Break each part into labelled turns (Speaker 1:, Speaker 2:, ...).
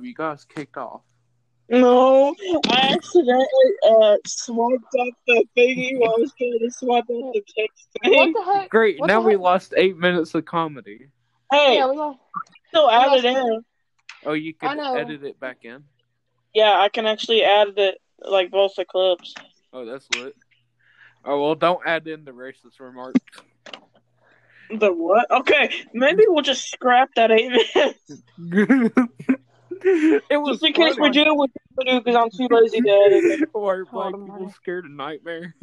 Speaker 1: You got us kicked off.
Speaker 2: No, I accidentally uh, swiped up the thingy while I was trying to swipe up the text
Speaker 3: What
Speaker 2: thing.
Speaker 3: the heck?
Speaker 1: Great.
Speaker 3: What
Speaker 1: now
Speaker 3: the
Speaker 1: we
Speaker 3: heck?
Speaker 1: lost eight minutes of comedy.
Speaker 2: Hey,
Speaker 3: Yeah, we lost.
Speaker 2: still add it in.
Speaker 1: Oh, you
Speaker 3: I
Speaker 1: can
Speaker 3: know.
Speaker 1: edit it back in.
Speaker 2: Yeah, I can actually add the like both the clips.
Speaker 1: Oh, that's lit. Oh well, don't add in the racist remarks.
Speaker 2: The what? Okay, maybe we'll just scrap that eight minutes.
Speaker 1: it was
Speaker 2: Just in case
Speaker 1: funny.
Speaker 2: we do, we do because I'm too lazy to edit. it. Oh,
Speaker 1: Why are black
Speaker 3: Hold on,
Speaker 1: people
Speaker 3: honey.
Speaker 1: scared of nightmare?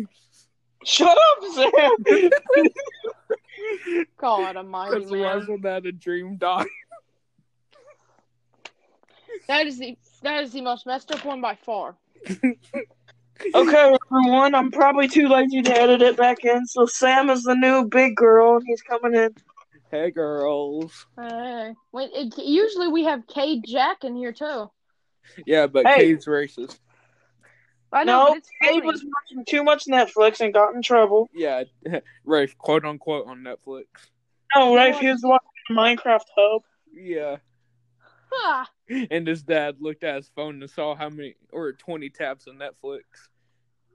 Speaker 2: Shut up, Sam.
Speaker 3: God almighty,
Speaker 1: Because
Speaker 3: man.
Speaker 1: wasn't that a dream die?
Speaker 3: That is the that is the most messed up one by far.
Speaker 2: Okay, everyone, I'm probably too lazy to edit it back in. So Sam is the new big girl, and he's coming in.
Speaker 1: Hey girls.
Speaker 3: Uh, when it, usually we have Cade Jack in here too.
Speaker 1: Yeah, but
Speaker 2: Hey.
Speaker 1: Cade's racist.
Speaker 3: I know.
Speaker 2: No,
Speaker 3: but it's
Speaker 2: Abe
Speaker 3: funny.
Speaker 2: was watching too much Netflix and got in trouble.
Speaker 1: Yeah, Rafe, quote unquote on Netflix.
Speaker 2: No, Rafe, he was watching Minecraft Hub.
Speaker 1: Yeah.
Speaker 3: Ah,
Speaker 1: And his dad looked at his phone and saw how many or twenty taps on Netflix.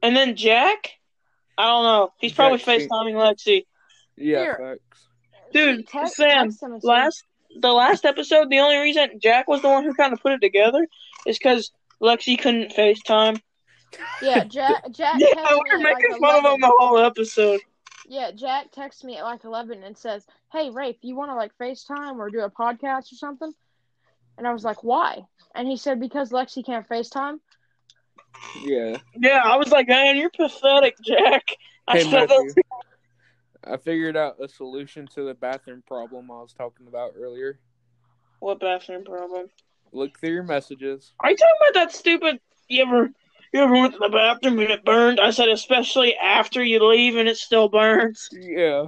Speaker 2: And then Jack? I don't know. He's probably
Speaker 1: Jack Sheep.
Speaker 2: FaceTiming Lexi.
Speaker 1: Yeah,
Speaker 3: Here.
Speaker 1: facts.
Speaker 2: Dude,
Speaker 3: text-
Speaker 2: Sam,
Speaker 3: text him and see.
Speaker 2: Last the last episode, the only reason Jack was the one who kind of put it together is because Lexi couldn't FaceTime.
Speaker 3: Yeah, Jack. Jack.
Speaker 2: Yeah,
Speaker 3: texted
Speaker 2: we're
Speaker 3: me at,
Speaker 2: making
Speaker 3: like,
Speaker 2: fun of
Speaker 3: 11.
Speaker 2: him the whole episode.
Speaker 3: Yeah, Jack texts me at like eleven and says, "Hey, Rafe, you want to like FaceTime or do a podcast or something?" And I was like, "Why?" And he said, "Because Lexi can't FaceTime."
Speaker 1: Yeah.
Speaker 2: Yeah, I was like, man, you're pathetic, Jack. I
Speaker 1: Hey,
Speaker 2: said
Speaker 1: Matthew.
Speaker 2: that.
Speaker 1: I figured out a solution to the bathroom problem I was talking about earlier.
Speaker 2: What bathroom problem?
Speaker 1: Look through your messages.
Speaker 2: Are you talking about that stupid? You ever, you ever went to the bathroom and it burned? I said, especially after you leave and it still burns.
Speaker 1: Yeah.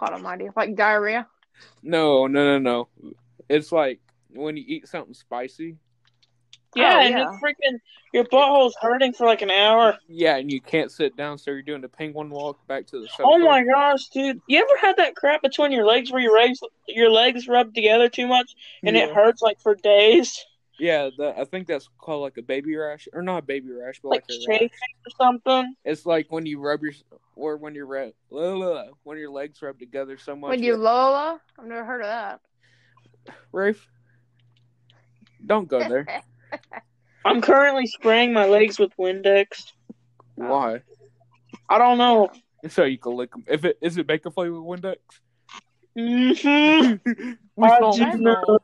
Speaker 3: God Almighty, like diarrhea.
Speaker 1: No, no, no, no. It's like when you eat something spicy.
Speaker 2: Yeah,
Speaker 3: Oh,
Speaker 2: and
Speaker 3: yeah.
Speaker 2: it's freaking your butthole's hurting for like an hour.
Speaker 1: Yeah, and you can't sit down, so you're doing the penguin walk back to the sofa.
Speaker 2: Oh my gosh, dude! You ever had that crap between your legs where your legs your legs rub together too much and it
Speaker 1: Yeah.
Speaker 2: hurts like for days,
Speaker 1: Yeah, that, I think that's called like a baby rash, or not a baby rash, but like,
Speaker 2: like
Speaker 1: a rash.
Speaker 2: shaking or something?
Speaker 1: It's like when you rub your, or when you're re- la- la- la, when your legs rub together so much.
Speaker 3: When you Lola, I've never heard of that.
Speaker 1: Rafe, don't go there.
Speaker 2: I'm currently spraying my legs with Windex.
Speaker 1: Why?
Speaker 2: I don't know.
Speaker 1: So you can lick them. If it is it make a play with Windex?
Speaker 2: hmm
Speaker 1: we
Speaker 2: I
Speaker 1: saw
Speaker 2: just know.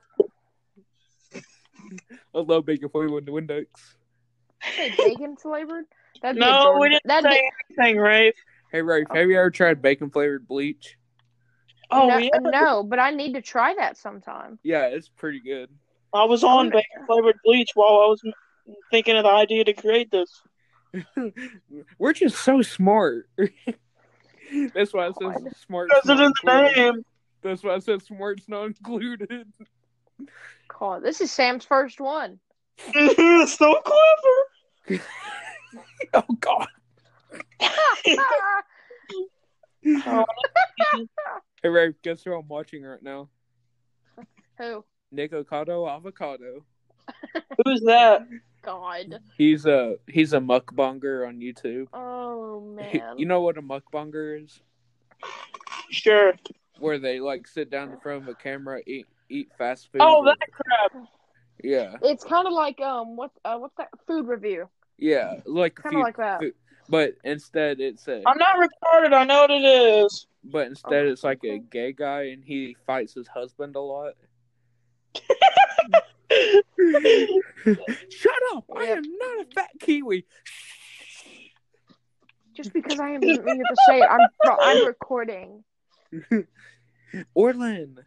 Speaker 1: I love bacon play with the Windex.
Speaker 3: Say bacon flavored. That'd be a
Speaker 2: No, we
Speaker 3: Jordan-
Speaker 2: didn't
Speaker 3: that'd
Speaker 2: say anything, Rafe.
Speaker 1: Hey Rafe, have you ever tried bacon flavored bleach?
Speaker 2: Oh
Speaker 3: no,
Speaker 2: yeah,
Speaker 3: no, but I need to try that sometime.
Speaker 1: Yeah, it's pretty good.
Speaker 2: I was on
Speaker 3: wonder-
Speaker 2: bacon flavored bleach while I was m- thinking of the idea to create this.
Speaker 1: We're just so smart. That's why I said smart.
Speaker 2: Because it is the name.
Speaker 1: That's why I said smart's not included.
Speaker 3: God, this is Sam's first one.
Speaker 2: so clever.
Speaker 1: Oh God.
Speaker 3: Ah,
Speaker 1: Hey Rafe, guess who I'm watching right now?
Speaker 3: Who?
Speaker 1: Nick Ocado Avocado.
Speaker 2: Who's that?
Speaker 3: God.
Speaker 1: He's a he's a mukbanger on YouTube.
Speaker 3: Oh
Speaker 1: He-
Speaker 3: man.
Speaker 1: you know what a mukbanger is?
Speaker 2: Sure.
Speaker 1: Where they like sit down in front of a camera, eat eat fast food.
Speaker 2: Oh, that crap.
Speaker 1: yeah,
Speaker 3: It's kind of like um, what uh, what's that food review?
Speaker 1: yeah, like a
Speaker 3: Kind of
Speaker 1: few,
Speaker 3: like that.
Speaker 1: but instead it's a
Speaker 2: I'm not retarded. I know what it is.
Speaker 1: but instead it's like a gay guy and he fights his husband a lot. Shut up! I
Speaker 3: Yep.
Speaker 1: am not a fat kiwi.
Speaker 3: Just because I am doesn't mean you have to say it. I'm pro- I'm recording.
Speaker 1: Orlin,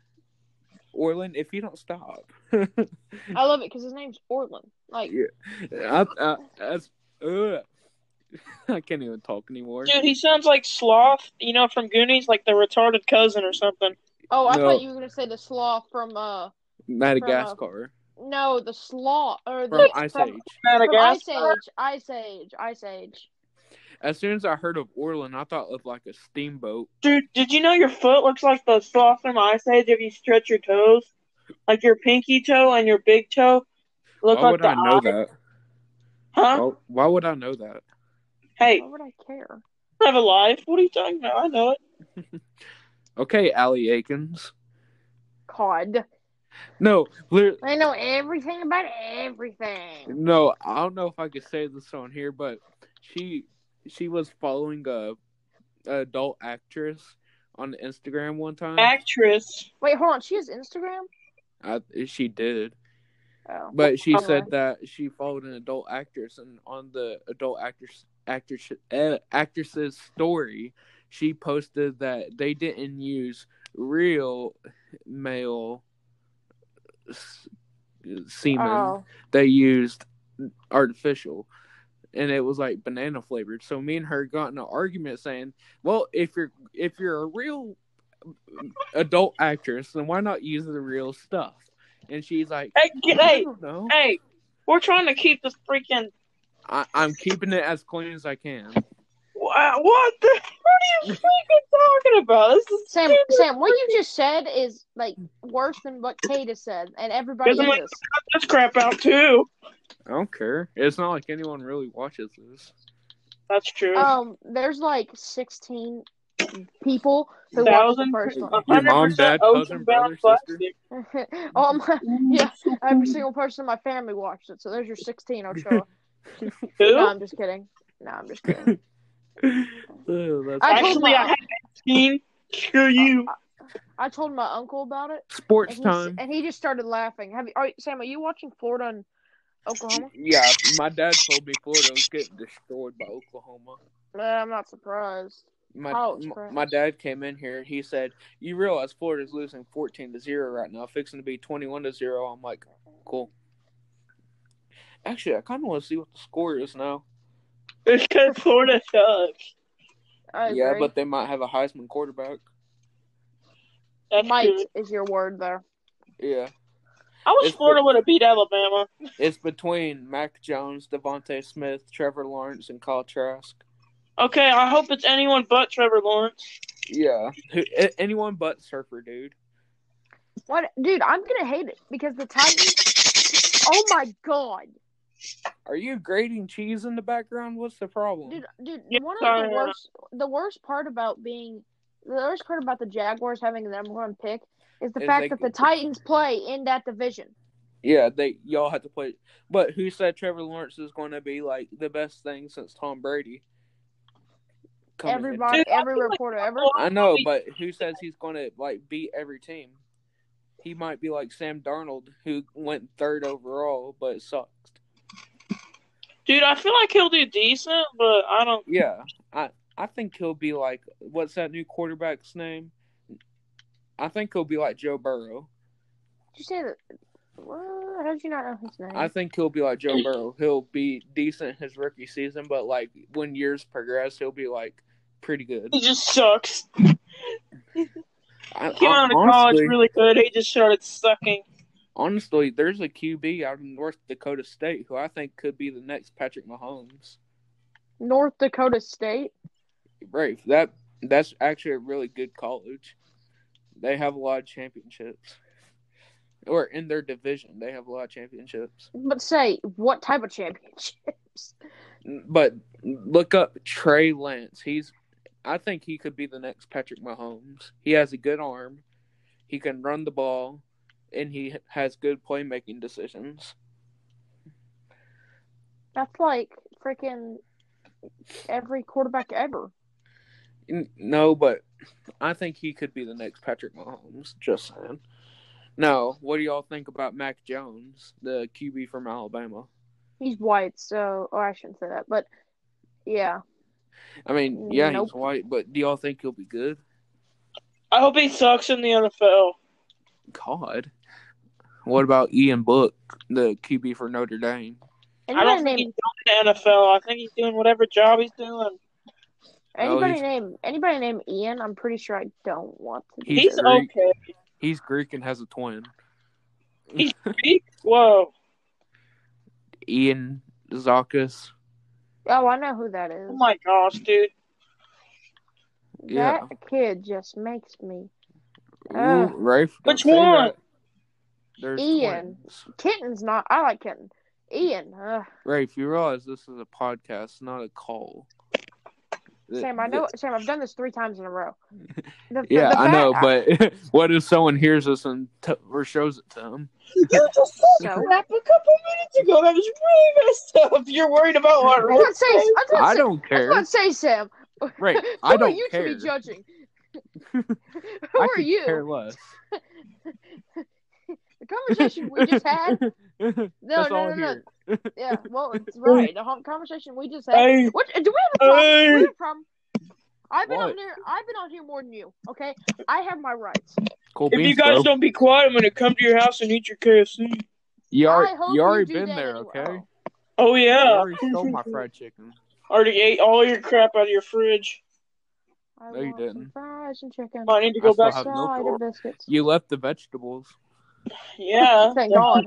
Speaker 1: Orlin, if you don't stop,
Speaker 3: I love it because his name's Orland. Like
Speaker 1: Yeah. I, I, that's, ugh. I can't even talk anymore.
Speaker 2: Dude, he sounds like Sloth, you know, from Goonies, like the retarded cousin or something.
Speaker 3: oh, I
Speaker 1: No.
Speaker 3: thought you were gonna say the slaw from uh,
Speaker 1: Madagascar
Speaker 3: no, the slaw or
Speaker 1: from
Speaker 3: the
Speaker 1: Ice
Speaker 3: from,
Speaker 1: Age.
Speaker 3: from Ice
Speaker 2: Madagascar.
Speaker 3: Age, Ice Age, Ice Age.
Speaker 1: As soon as I heard of Orlin, I thought of like a steamboat.
Speaker 2: Dude, did you know your foot looks like the Sloth from Ice Age if you stretch your toes? Like your pinky toe and your big toe? Look
Speaker 1: Why
Speaker 2: like
Speaker 1: would Oh.
Speaker 2: the
Speaker 1: I know
Speaker 2: eye.
Speaker 1: that?
Speaker 2: Huh?
Speaker 1: Why, why would I know that?
Speaker 2: Hey,
Speaker 3: Why would I care?
Speaker 2: I have a life. What are you talking about? I know it.
Speaker 1: Okay, Allie Akins.
Speaker 3: God,
Speaker 1: No, lit-
Speaker 3: I know everything about everything.
Speaker 1: no, I don't know if I could say this on here, but she she was following a, a adult actress on Instagram one time.
Speaker 2: Actress.
Speaker 3: Wait, hold on. She has Instagram.
Speaker 1: I, she did,
Speaker 3: Oh,
Speaker 1: but she
Speaker 3: Okay.
Speaker 1: said that she followed an adult actress, and on the adult actress actress uh, actress's story, she posted that they didn't use real male s- semen.
Speaker 3: oh,
Speaker 1: they used artificial and it was like banana flavored so me and her got in an argument saying well if you're if you're a real adult actress then why not use the real stuff and she's like
Speaker 2: Hey, get,
Speaker 1: I
Speaker 2: hey,
Speaker 1: don't know.
Speaker 2: hey. We're trying to keep this freaking.
Speaker 1: I, i'm keeping it as clean as i can
Speaker 2: Wha- What the? What are you freaking talking about? This is
Speaker 3: Sam,
Speaker 2: stupid.
Speaker 3: Sam, what you just said is like worse than what Kate has said, and everybody
Speaker 2: Doesn't
Speaker 3: is.
Speaker 2: like- Cut this crap out too.
Speaker 1: i don't care it's not like anyone really watches this
Speaker 2: That's true.
Speaker 3: Um, there's like 16 people who watched the
Speaker 2: Thousand
Speaker 3: first one.
Speaker 1: Your mom, dad,
Speaker 2: 100%
Speaker 1: cousin,
Speaker 2: ocean-bound
Speaker 1: brother,
Speaker 2: plastic.
Speaker 3: All my, yeah, every single person in my family watched it. So there's your 16, Ochoa.
Speaker 2: Who?
Speaker 3: No, I'm just kidding. No, I'm just kidding.
Speaker 1: Ugh, that's-
Speaker 3: I told
Speaker 2: Actually, I
Speaker 3: my- Uh,
Speaker 2: had 18. Screw you.
Speaker 3: I told my uncle about it, and
Speaker 1: sports
Speaker 3: he,
Speaker 1: time
Speaker 3: and he just started laughing. Have you, are, you- Sam? Are you watching Florida and Oklahoma?
Speaker 1: yeah my dad told me florida was getting destroyed by oklahoma
Speaker 3: Uh, I'm not surprised.
Speaker 1: my
Speaker 3: Oh,
Speaker 1: m-
Speaker 3: crap.
Speaker 1: my dad came in here. He said, "You realize Florida's losing fourteen to zero right now, fixing to be twenty-one to zero. I'm like, "Cool." Actually, I kind of want to see what the score is now.
Speaker 2: It's because Florida sucks.
Speaker 3: I
Speaker 1: yeah,
Speaker 3: agree.
Speaker 1: but they might have a Heisman quarterback.
Speaker 2: That's
Speaker 3: might
Speaker 2: true.
Speaker 3: is your word there.
Speaker 1: Yeah,
Speaker 2: I wish
Speaker 1: It's-
Speaker 2: Florida would have beat Alabama.
Speaker 1: it's between Mac Jones, Devontae Smith, Trevor Lawrence, and Kyle Trask.
Speaker 2: Okay, I hope it's anyone but Trevor Lawrence.
Speaker 1: Yeah, Who, a- anyone but Surfer, dude.
Speaker 3: What, dude? I'm gonna hate it because the Titans. Oh my god,
Speaker 1: Are you grating cheese in the background? What's the problem?
Speaker 3: dude, dude.
Speaker 2: Yeah,
Speaker 3: one of
Speaker 2: sorry,
Speaker 3: the
Speaker 2: Hannah.
Speaker 3: worst, the worst part about being, the worst part about the Jaguars having the number one pick is the
Speaker 1: Is
Speaker 3: fact
Speaker 1: they
Speaker 3: that
Speaker 1: can-
Speaker 3: the Titans play in that division.
Speaker 1: Yeah, they y'all had to play. But who said Trevor Lawrence is going to be like the best thing since Tom Brady? Coming in.
Speaker 3: Everybody,
Speaker 2: Dude, I
Speaker 3: every
Speaker 2: feel like-
Speaker 3: reporter ever.
Speaker 1: I know, but who says he's going to like beat every team? He might be like Sam Darnold, who went third overall, but sucked.
Speaker 2: Dude, I feel like he'll do decent, but I don't.
Speaker 1: Yeah, I I think he'll be like what's that new quarterback's name? I think he'll be like Joe Burrow.
Speaker 3: Did you say that? What? How did you not know his name?
Speaker 1: I think he'll be like Joe Burrow. He'll be decent his rookie season, but like when years progress, he'll be like pretty good.
Speaker 2: He just sucks.
Speaker 1: I,
Speaker 2: He went out of college
Speaker 1: honestly,
Speaker 2: really good. He just started sucking.
Speaker 1: honestly, there's a QB out in North Dakota State who I think could be the next Patrick Mahomes.
Speaker 3: North Dakota State.
Speaker 1: Right. That that's actually a really good college. They have a lot of championships. Or in their division, they have a lot of championships.
Speaker 3: But say what type of championships?
Speaker 1: But look up Trey Lance. He's I think he could be the next Patrick Mahomes. He has a good arm. He can run the ball and he has good playmaking decisions.
Speaker 3: That's like freaking every quarterback ever.
Speaker 1: N- No, but I think he could be the next Patrick Mahomes. Just saying. Now, what do y'all think about Mac Jones, the QB from Alabama?
Speaker 3: He's white, so oh, I shouldn't say that, but yeah,
Speaker 1: I mean, yeah,
Speaker 3: Nope.
Speaker 1: he's white, but do y'all think he'll be good?
Speaker 2: I hope he sucks in the NFL.
Speaker 1: God. What about Ian Book, the QB for Notre Dame?
Speaker 2: I
Speaker 3: anybody
Speaker 2: don't think
Speaker 3: named
Speaker 2: he's doing the NFL. I think he's doing whatever job he's doing.
Speaker 3: anybody
Speaker 1: he's-
Speaker 3: named anybody named Ian. I'm pretty sure I don't want to.
Speaker 1: He's
Speaker 2: He's,
Speaker 1: Greek.
Speaker 2: okay.
Speaker 1: He's Greek and has a twin.
Speaker 2: Whoa.
Speaker 1: Ian Zakis.
Speaker 3: Oh, I know who that is.
Speaker 2: Oh my gosh, dude.
Speaker 1: yeah.
Speaker 3: That kid just makes me.
Speaker 1: Ooh,
Speaker 3: Ah.
Speaker 1: Rafe, don't
Speaker 2: Which
Speaker 1: say
Speaker 2: one?
Speaker 1: that. There's
Speaker 3: Ian.
Speaker 1: twins.
Speaker 3: Kitten's not. I like kitten. Ian. Ugh.
Speaker 1: Rafe, you realize this is a podcast, not a call. Th-
Speaker 3: Sam, I
Speaker 1: th-
Speaker 3: know. Sam, I've done this three times in a row. The- the-
Speaker 1: Yeah,
Speaker 3: the
Speaker 1: I
Speaker 3: fact-
Speaker 1: know, but what if someone hears us and t- or shows it to them?
Speaker 2: You just said
Speaker 3: No.
Speaker 2: crap a couple minutes ago. That was really messed up. You're worried about what
Speaker 3: I was gonna
Speaker 2: Rick
Speaker 3: say.
Speaker 2: said.
Speaker 3: I was gonna
Speaker 1: I
Speaker 3: say-
Speaker 1: don't
Speaker 3: I was
Speaker 1: care.
Speaker 3: gonna say, Sam.
Speaker 1: Right,
Speaker 3: Who
Speaker 1: I don't
Speaker 3: are you
Speaker 1: care.
Speaker 3: to be judging? Who
Speaker 1: I
Speaker 3: are
Speaker 1: could
Speaker 3: you?
Speaker 1: Care less.
Speaker 3: The conversation we just had. No,
Speaker 1: That's all
Speaker 3: no, no, no.
Speaker 1: here.
Speaker 3: Yeah, well, it's right. The whole conversation we just had.
Speaker 2: Hey,
Speaker 3: What? Do we have a problem? We
Speaker 2: hey,
Speaker 3: have a problem. I've been
Speaker 1: What?
Speaker 3: on here. I've been on here more than you. Okay, I have my rights.
Speaker 1: Cool
Speaker 2: if you
Speaker 1: beans,
Speaker 2: guys
Speaker 1: bro.
Speaker 2: don't be quiet, I'm gonna come to your house and eat your KFC.
Speaker 1: you
Speaker 3: I
Speaker 1: already,
Speaker 3: hope
Speaker 1: you
Speaker 3: you
Speaker 1: already
Speaker 3: do
Speaker 1: been
Speaker 3: that
Speaker 1: there,
Speaker 3: anyway.
Speaker 1: okay?
Speaker 2: Oh
Speaker 1: You
Speaker 2: yeah,
Speaker 1: already stole my fried chicken.
Speaker 2: already ate all your crap out of your fridge.
Speaker 3: I
Speaker 1: No, you
Speaker 3: want some
Speaker 1: didn't.
Speaker 3: fries and chicken.
Speaker 2: I need to go
Speaker 1: I still
Speaker 2: back.
Speaker 1: have no
Speaker 3: Side
Speaker 1: fork.
Speaker 3: of biscuits.
Speaker 1: You left the vegetables.
Speaker 2: Yeah,
Speaker 3: Thank God.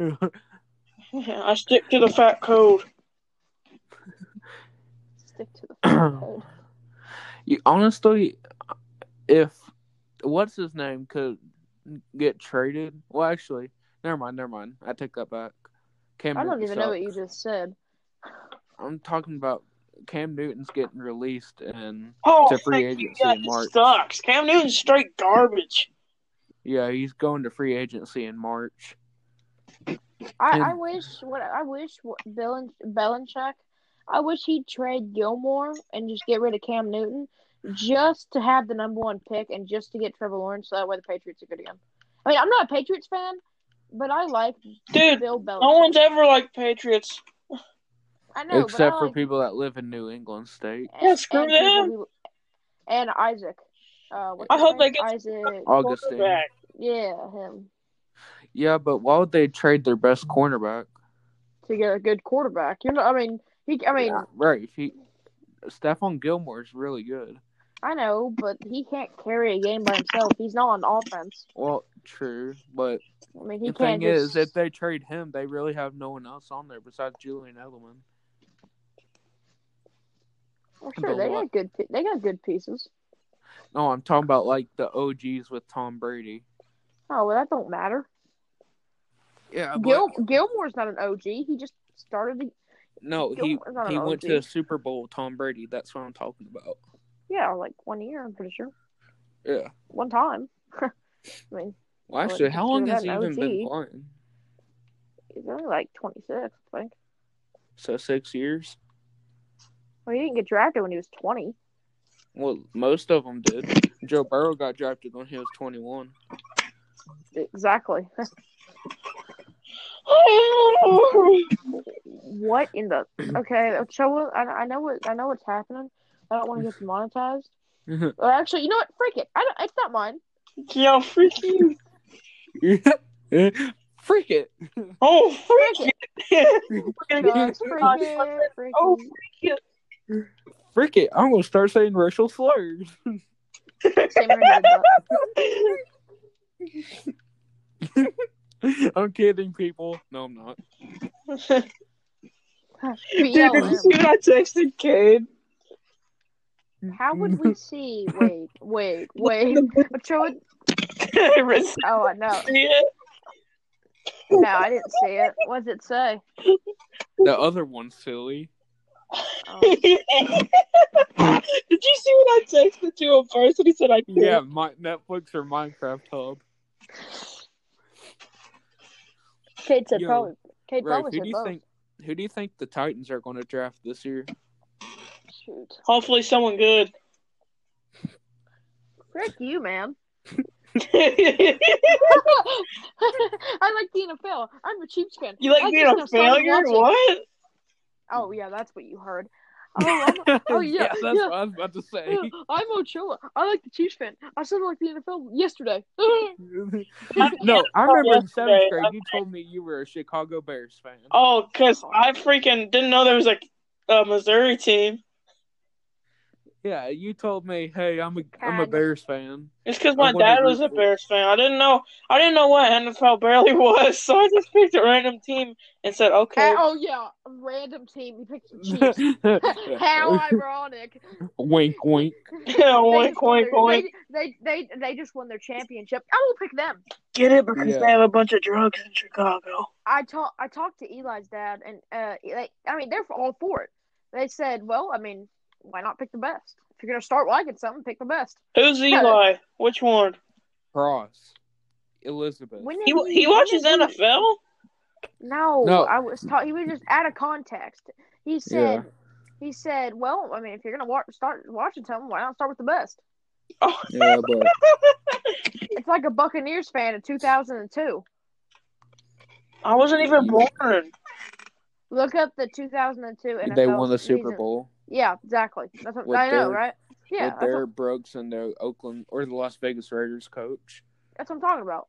Speaker 2: I stick to the fat code.
Speaker 3: Stick to the
Speaker 1: you honestly, if what's his name could get traded, well, actually, never mind, never mind. I take that back. Cam
Speaker 3: I don't
Speaker 1: Newton
Speaker 3: even know what
Speaker 1: sucks.
Speaker 3: you just said.
Speaker 1: I'm talking about Cam Newton's getting released, and
Speaker 2: Oh,
Speaker 1: To free
Speaker 2: thank you.
Speaker 1: agency
Speaker 2: Yeah,
Speaker 1: in
Speaker 2: he
Speaker 1: March.
Speaker 2: sucks. Cam Newton's straight garbage.
Speaker 1: yeah, he's going to free agency in March.
Speaker 3: I,
Speaker 1: And-
Speaker 3: I wish what I wish what Belen, Belichick. I wish he'd trade Gilmore and just get rid of Cam Newton just to have the number one pick and just to get Trevor Lawrence. So that way the Patriots are good again. I mean, I'm not a Patriots fan, but I like
Speaker 2: Dude,
Speaker 3: Bill
Speaker 2: no
Speaker 3: Belichick.
Speaker 2: one's ever liked Patriots.
Speaker 3: I know,
Speaker 1: Except
Speaker 3: but I
Speaker 1: for
Speaker 3: like,
Speaker 1: people that live in New England State.
Speaker 3: and-
Speaker 2: Yeah, screw
Speaker 3: and people
Speaker 2: them.
Speaker 3: who- and Isaac. Uh, what's
Speaker 2: I
Speaker 3: his
Speaker 2: hope
Speaker 3: name?
Speaker 2: they get-
Speaker 3: Isaac.
Speaker 1: Augustine.
Speaker 2: Quarterback.
Speaker 3: Yeah, him
Speaker 1: Yeah, but why would they trade their best cornerback?
Speaker 3: to get a good quarterback. You know, I mean, he. I mean,
Speaker 1: Right. He, Stephon Gilmore's really good.
Speaker 3: I know, but he can't carry a game by himself. He's not on offense.
Speaker 1: Well, true, but
Speaker 3: I mean, he
Speaker 1: the thing
Speaker 3: can't.
Speaker 1: is,
Speaker 3: just-
Speaker 1: if they trade him, they really have no one else on there besides Julian Edelman.
Speaker 3: Well,
Speaker 1: the
Speaker 3: sure, they
Speaker 1: lot-
Speaker 3: got good. pi- They got good pieces.
Speaker 1: No, I'm talking about like the OGs with Tom Brady.
Speaker 3: Oh well, that don't matter.
Speaker 1: Yeah,
Speaker 3: Gil, Gilmore's not an OG. He just started. The,
Speaker 1: no, he
Speaker 3: Gilmore's not
Speaker 1: he
Speaker 3: an
Speaker 1: went
Speaker 3: OG.
Speaker 1: to the Super Bowl. Tom Brady. That's what I'm talking about.
Speaker 3: yeah, like one year. I'm pretty sure
Speaker 1: Yeah.
Speaker 3: one time. I mean,
Speaker 1: Well,
Speaker 3: Well,
Speaker 1: actually, how
Speaker 3: if
Speaker 1: long
Speaker 3: you're
Speaker 1: has he
Speaker 3: not
Speaker 1: even
Speaker 3: an
Speaker 1: been
Speaker 3: OG.
Speaker 1: playing?
Speaker 3: he's only like 26. I think.
Speaker 1: So six years.
Speaker 3: Well, he didn't get drafted when he was 20.
Speaker 1: Well, most of them did. Joe Burrow got drafted when he was 21.
Speaker 3: Exactly. what in the? Okay, so I, I know what I know what's happening. I don't want to get demonetized. Well, actually, you know what? Freak it. I don't. It's not mine.
Speaker 2: Yo, freak you.
Speaker 1: Freak it.
Speaker 2: Oh,
Speaker 3: Freak
Speaker 2: freak it. We're
Speaker 3: No,
Speaker 2: gonna
Speaker 3: it's freak it. Freak
Speaker 2: Oh,
Speaker 3: it.
Speaker 1: Freak it. I'm going to start saying racial slurs.
Speaker 3: Sam already did that.
Speaker 1: I'm kidding, people. No, I'm not.
Speaker 2: Dude, did you see
Speaker 3: BLM.
Speaker 2: what I texted Cade?
Speaker 3: How would we see? Wait, wait, wait. But show it.
Speaker 2: I received
Speaker 3: Oh no,
Speaker 2: it.
Speaker 3: no, I didn't see it. What does it say?
Speaker 1: The other one's silly.
Speaker 3: Oh,
Speaker 2: did you see what I texted to him first? And he said, I can't.
Speaker 1: Yeah, my, Netflix or Minecraft Hub.
Speaker 3: Kate said
Speaker 1: Yo,
Speaker 3: probably. Kate
Speaker 1: Right.
Speaker 3: probably
Speaker 1: Who do
Speaker 3: said
Speaker 1: you
Speaker 3: both.
Speaker 1: think? Who do you think the Titans are going to draft this year?
Speaker 3: Shoot,
Speaker 2: Hopefully, someone good.
Speaker 3: frick you, man.
Speaker 2: you
Speaker 3: I like the NFL. I'm a Chiefs fan. I
Speaker 2: like being
Speaker 3: just
Speaker 2: a
Speaker 3: now started
Speaker 2: failure?
Speaker 3: watching-
Speaker 2: What?
Speaker 3: Oh yeah, that's what you heard. Oh, I'm, Oh, yeah,
Speaker 1: that's
Speaker 3: yeah.
Speaker 1: what I was about to say.
Speaker 3: yeah, I'm Ochoa. I like the Chiefs fan. I said I like the NFL yesterday.
Speaker 1: no, I
Speaker 3: Oh,
Speaker 1: remember in seventh
Speaker 2: yesterday,
Speaker 1: grade
Speaker 2: I'm
Speaker 1: you told me you were a Chicago Bears fan.
Speaker 2: Oh, because I freaking didn't know there was a, a Missouri team.
Speaker 1: Yeah, you told me, hey, I'm a am a
Speaker 3: Kinda.
Speaker 1: Bears fan.
Speaker 2: It's because my
Speaker 1: I'm gonna
Speaker 2: dad was a
Speaker 1: root for-
Speaker 2: Bears fan. I didn't know. I didn't know what NFL barely was, so I just picked a random team and said, "Okay."
Speaker 3: Oh yeah, random team. You picked the Chiefs. How ironic.
Speaker 1: wink, wink.
Speaker 3: They
Speaker 2: Oink,
Speaker 3: just
Speaker 2: oink,
Speaker 3: won their-
Speaker 2: oink.
Speaker 3: They, they they they just won their championship. I will pick them.
Speaker 2: Get it because
Speaker 1: Yeah.
Speaker 2: they have a bunch of drugs in Chicago.
Speaker 3: I talk I talked to Eli's dad, and uh, they, I mean they're all for it. They said, well, I mean, why not pick the best? If you're gonna start liking something, pick the best.
Speaker 2: Who's Eli? Which one?
Speaker 1: Cross. Elizabeth.
Speaker 3: When
Speaker 2: He
Speaker 3: did
Speaker 2: he watches
Speaker 3: when did he-
Speaker 2: NFL.
Speaker 3: No,
Speaker 1: No.
Speaker 3: I was talking. He was just out of context. He said, he said, well, I mean, if you're gonna wa- start watching something, why not start with the best?
Speaker 2: Oh,
Speaker 1: yeah, but
Speaker 3: It's like a Buccaneers fan in 2002.
Speaker 2: I wasn't even born.
Speaker 3: Look up the 2002 NFL.
Speaker 1: they won the Super
Speaker 3: season.
Speaker 1: Bowl
Speaker 3: Yeah, exactly. That's what
Speaker 1: With
Speaker 3: I know,
Speaker 1: their-
Speaker 3: right? Yeah,
Speaker 1: with
Speaker 3: that's what,
Speaker 1: their Brooks and the Oakland or the Las Vegas Raiders coach.
Speaker 3: that's what I'm talking about.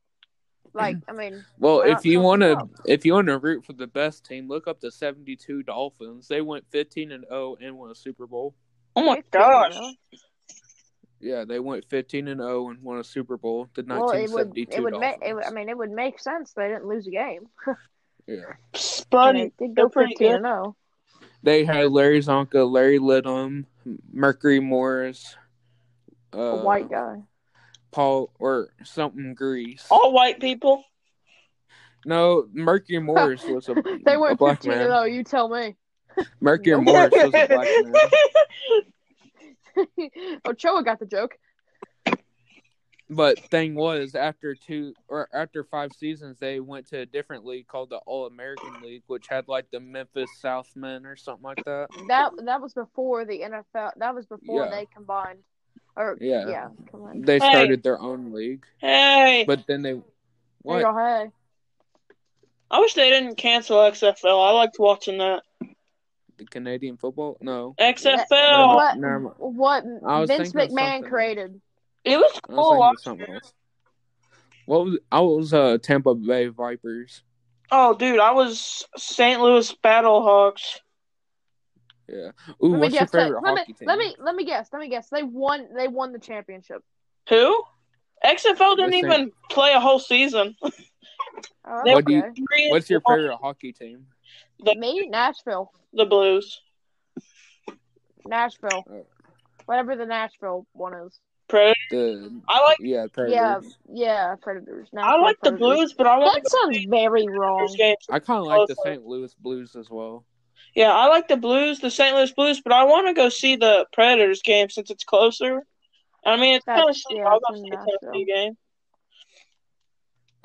Speaker 3: Like, I mean,
Speaker 1: Well,
Speaker 3: Why not
Speaker 1: if you
Speaker 3: look
Speaker 1: want
Speaker 3: it
Speaker 1: to,
Speaker 3: up?
Speaker 1: if you want to root for the best team, look up the '72 Dolphins. They went 15 and 0 and won a Super Bowl.
Speaker 2: Oh my
Speaker 3: it's
Speaker 2: gosh!
Speaker 3: different,
Speaker 1: Yeah, they went 15 and 0 and won a Super Bowl. The
Speaker 3: though. Well, it would
Speaker 1: 1972
Speaker 3: it would make
Speaker 1: Dolphins.
Speaker 3: it would, I mean it would make sense they didn't lose a game.
Speaker 1: yeah,
Speaker 2: Psst,
Speaker 3: And
Speaker 2: buddy,
Speaker 3: it did
Speaker 2: they're
Speaker 3: go
Speaker 2: pretty
Speaker 3: fifteen
Speaker 2: good.
Speaker 3: and zero.
Speaker 1: they had Larry Zonka, Larry Lidham, Mercury Morris,
Speaker 3: A
Speaker 1: uh,
Speaker 3: white guy.
Speaker 1: Paul or something Grease.
Speaker 3: Oh.
Speaker 2: all white people.
Speaker 1: No, Mercury Morris was a,
Speaker 3: They
Speaker 1: a
Speaker 3: went
Speaker 1: black
Speaker 3: fifteen
Speaker 1: man.
Speaker 3: and oh. zero. You tell me.
Speaker 1: Mercury Morris was a black man.
Speaker 3: Ochoa got the joke.
Speaker 1: But thing was, after two or after five seasons, they went to a different league called the All American League, which had like the Memphis Southmen or something like that.
Speaker 3: That that was before the NFL. That was before
Speaker 1: Yeah.
Speaker 3: they combined. Or yeah,
Speaker 1: Yeah,
Speaker 3: combined.
Speaker 1: they
Speaker 2: Hey.
Speaker 1: started their own league,
Speaker 2: hey,
Speaker 1: but then they
Speaker 3: Hey,
Speaker 1: what?
Speaker 3: hey.
Speaker 2: I wish they didn't cancel XFL. I liked watching that
Speaker 1: The Canadian football? No,
Speaker 2: XFL.
Speaker 3: What-
Speaker 1: Oh, Never mind.
Speaker 3: What
Speaker 1: I was
Speaker 3: Vince
Speaker 1: thinking of
Speaker 3: McMahon
Speaker 1: something.
Speaker 3: created.
Speaker 2: It was
Speaker 3: Oh,
Speaker 1: I
Speaker 2: cool.
Speaker 1: was
Speaker 2: watching
Speaker 1: thinking of something
Speaker 2: it.
Speaker 1: else. What was I was uh Tampa Bay Vipers.
Speaker 2: Oh, dude, I was St. Louis Battlehawks.
Speaker 1: Yeah. Ooh, what's your
Speaker 3: guess.
Speaker 1: favorite
Speaker 3: let,
Speaker 1: hockey
Speaker 3: me,
Speaker 1: team?
Speaker 3: let me let me guess. Let me guess. They won. They won the championship.
Speaker 2: Who? XFL didn't
Speaker 1: Listen.
Speaker 2: even play a whole season.
Speaker 3: Oh,
Speaker 2: They
Speaker 1: What do you-
Speaker 3: okay.
Speaker 2: Three
Speaker 1: What's your
Speaker 2: and four,
Speaker 1: favorite hockey team?
Speaker 3: Me, Nashville,
Speaker 2: The Blues,
Speaker 3: Nashville,
Speaker 1: Oh.
Speaker 3: whatever the Nashville one is.
Speaker 2: Predators.
Speaker 1: The
Speaker 2: I like.
Speaker 1: yeah,
Speaker 3: Yeah,
Speaker 1: Predators.
Speaker 3: yeah, Predators. Nashville,
Speaker 2: I like the
Speaker 3: Predators.
Speaker 2: Blues, but I want
Speaker 3: That sounds very wrong.
Speaker 2: Blues games.
Speaker 1: I kind of like the
Speaker 2: Also-
Speaker 1: St. Louis Blues as well.
Speaker 2: Yeah, I like the Blues, the St. Louis Blues, but I want to go see the Predators game since it's closer. I mean, it's
Speaker 3: That's-
Speaker 2: kind of cheap.
Speaker 3: yeah,
Speaker 2: I'll
Speaker 3: it's
Speaker 2: go
Speaker 3: in
Speaker 2: see the Tennessee game.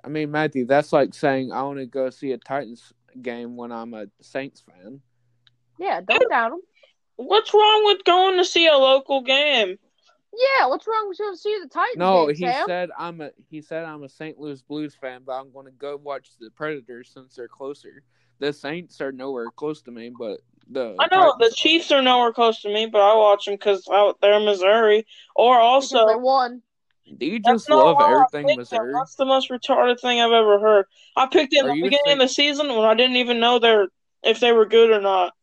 Speaker 1: I mean, Matthew, that's like saying I want to go see a Titans game when I'm a Saints fan.
Speaker 3: Yeah, don't doubt them.
Speaker 2: What's wrong with going to see a local game?
Speaker 3: Yeah, what's wrong with going to see the Titans?
Speaker 1: No,
Speaker 3: game,
Speaker 1: he
Speaker 3: Sam?
Speaker 1: said I'm a he said I'm a St. Louis Blues fan, but I'm going to go watch the Predators since they're closer. The Saints are nowhere close to me, but the
Speaker 2: I know the
Speaker 1: Titans are.
Speaker 2: Chiefs are nowhere close to me, but I watch them because they're in Missouri. Or
Speaker 3: Because
Speaker 2: also,
Speaker 3: they won.
Speaker 1: Do you
Speaker 2: That's
Speaker 1: just
Speaker 2: not
Speaker 1: love
Speaker 2: why I
Speaker 1: everything
Speaker 2: picked
Speaker 1: Missouri?
Speaker 2: Them. That's the most retarded thing I've ever heard. I picked it in
Speaker 1: Are
Speaker 2: the
Speaker 1: you
Speaker 2: beginning
Speaker 1: sick?
Speaker 2: of the season when I didn't even know they're if they were good or not.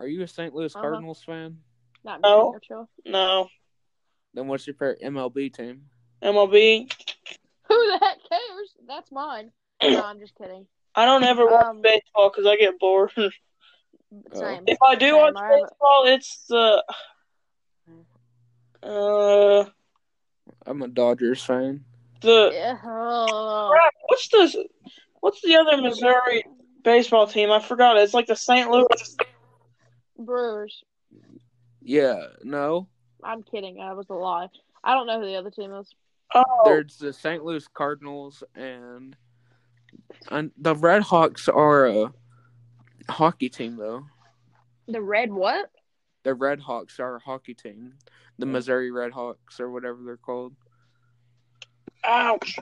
Speaker 1: Are you a St. Louis
Speaker 3: Uh-huh.
Speaker 1: Cardinals fan?
Speaker 3: Not me.
Speaker 2: No.
Speaker 3: Mitchell.
Speaker 2: No,
Speaker 1: Then what's your favorite MLB team?
Speaker 2: MLB.
Speaker 3: Who the heck cares? That's mine. No, I'm just kidding.
Speaker 2: I don't ever watch
Speaker 3: Um,
Speaker 2: baseball because I get bored. if
Speaker 1: Oh.
Speaker 3: Same.
Speaker 2: I do
Speaker 3: Same,
Speaker 2: watch
Speaker 3: I haven't-
Speaker 2: baseball, it's the uh
Speaker 1: I'm a Dodgers fan.
Speaker 2: the
Speaker 3: Yeah. oh.
Speaker 2: crap. What's the what's the other Missouri baseball team? I forgot. It's like the St. Louis.
Speaker 3: Brewers.
Speaker 1: Yeah, no.
Speaker 3: I'm kidding. I was a lie. I don't know who the other team is.
Speaker 2: Oh,
Speaker 1: There's the St. Louis Cardinals and and the Red Hawks are a hockey team though.
Speaker 3: The red what?
Speaker 1: The Red Hawks are a hockey team. The Missouri Red Hawks or whatever they're called.
Speaker 2: ouch!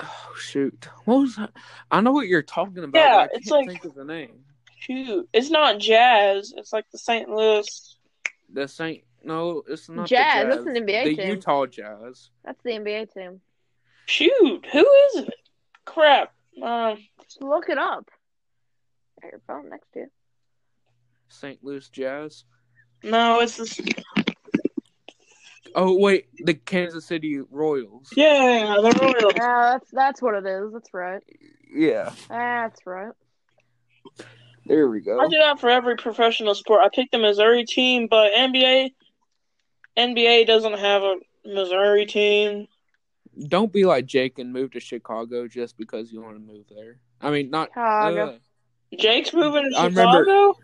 Speaker 1: Oh shoot. What was that? I know what you're talking about.
Speaker 2: Yeah,
Speaker 1: but I can't
Speaker 2: it's like-
Speaker 1: think of the name.
Speaker 2: Shoot, it's not Jazz. It's like the St. Louis.
Speaker 1: The Saint no, it's not
Speaker 3: Jazz,
Speaker 1: The
Speaker 3: that's an NBA
Speaker 1: The
Speaker 3: team.
Speaker 1: Utah Jazz.
Speaker 3: That's the NBA team.
Speaker 2: Shoot, who is it? Crap. Um,
Speaker 3: Just look it up. Got your phone next to you.
Speaker 1: St. Louis Jazz.
Speaker 2: No, it's the
Speaker 1: Oh wait, the Kansas City Royals.
Speaker 2: yeah, the Royals.
Speaker 3: Ah, that's that's what it is. That's right.
Speaker 1: Yeah,
Speaker 3: That's right.
Speaker 1: there we
Speaker 2: I
Speaker 1: go.
Speaker 2: do that for every professional sport. I picked a Missouri team, but NBA NBA doesn't have a Missouri team.
Speaker 1: Don't be like Jake and move to Chicago just because you want to move there. I mean, not. uh,
Speaker 3: Chicago.
Speaker 1: Ugh.
Speaker 2: Jake's moving to
Speaker 1: I remember-
Speaker 2: Chicago.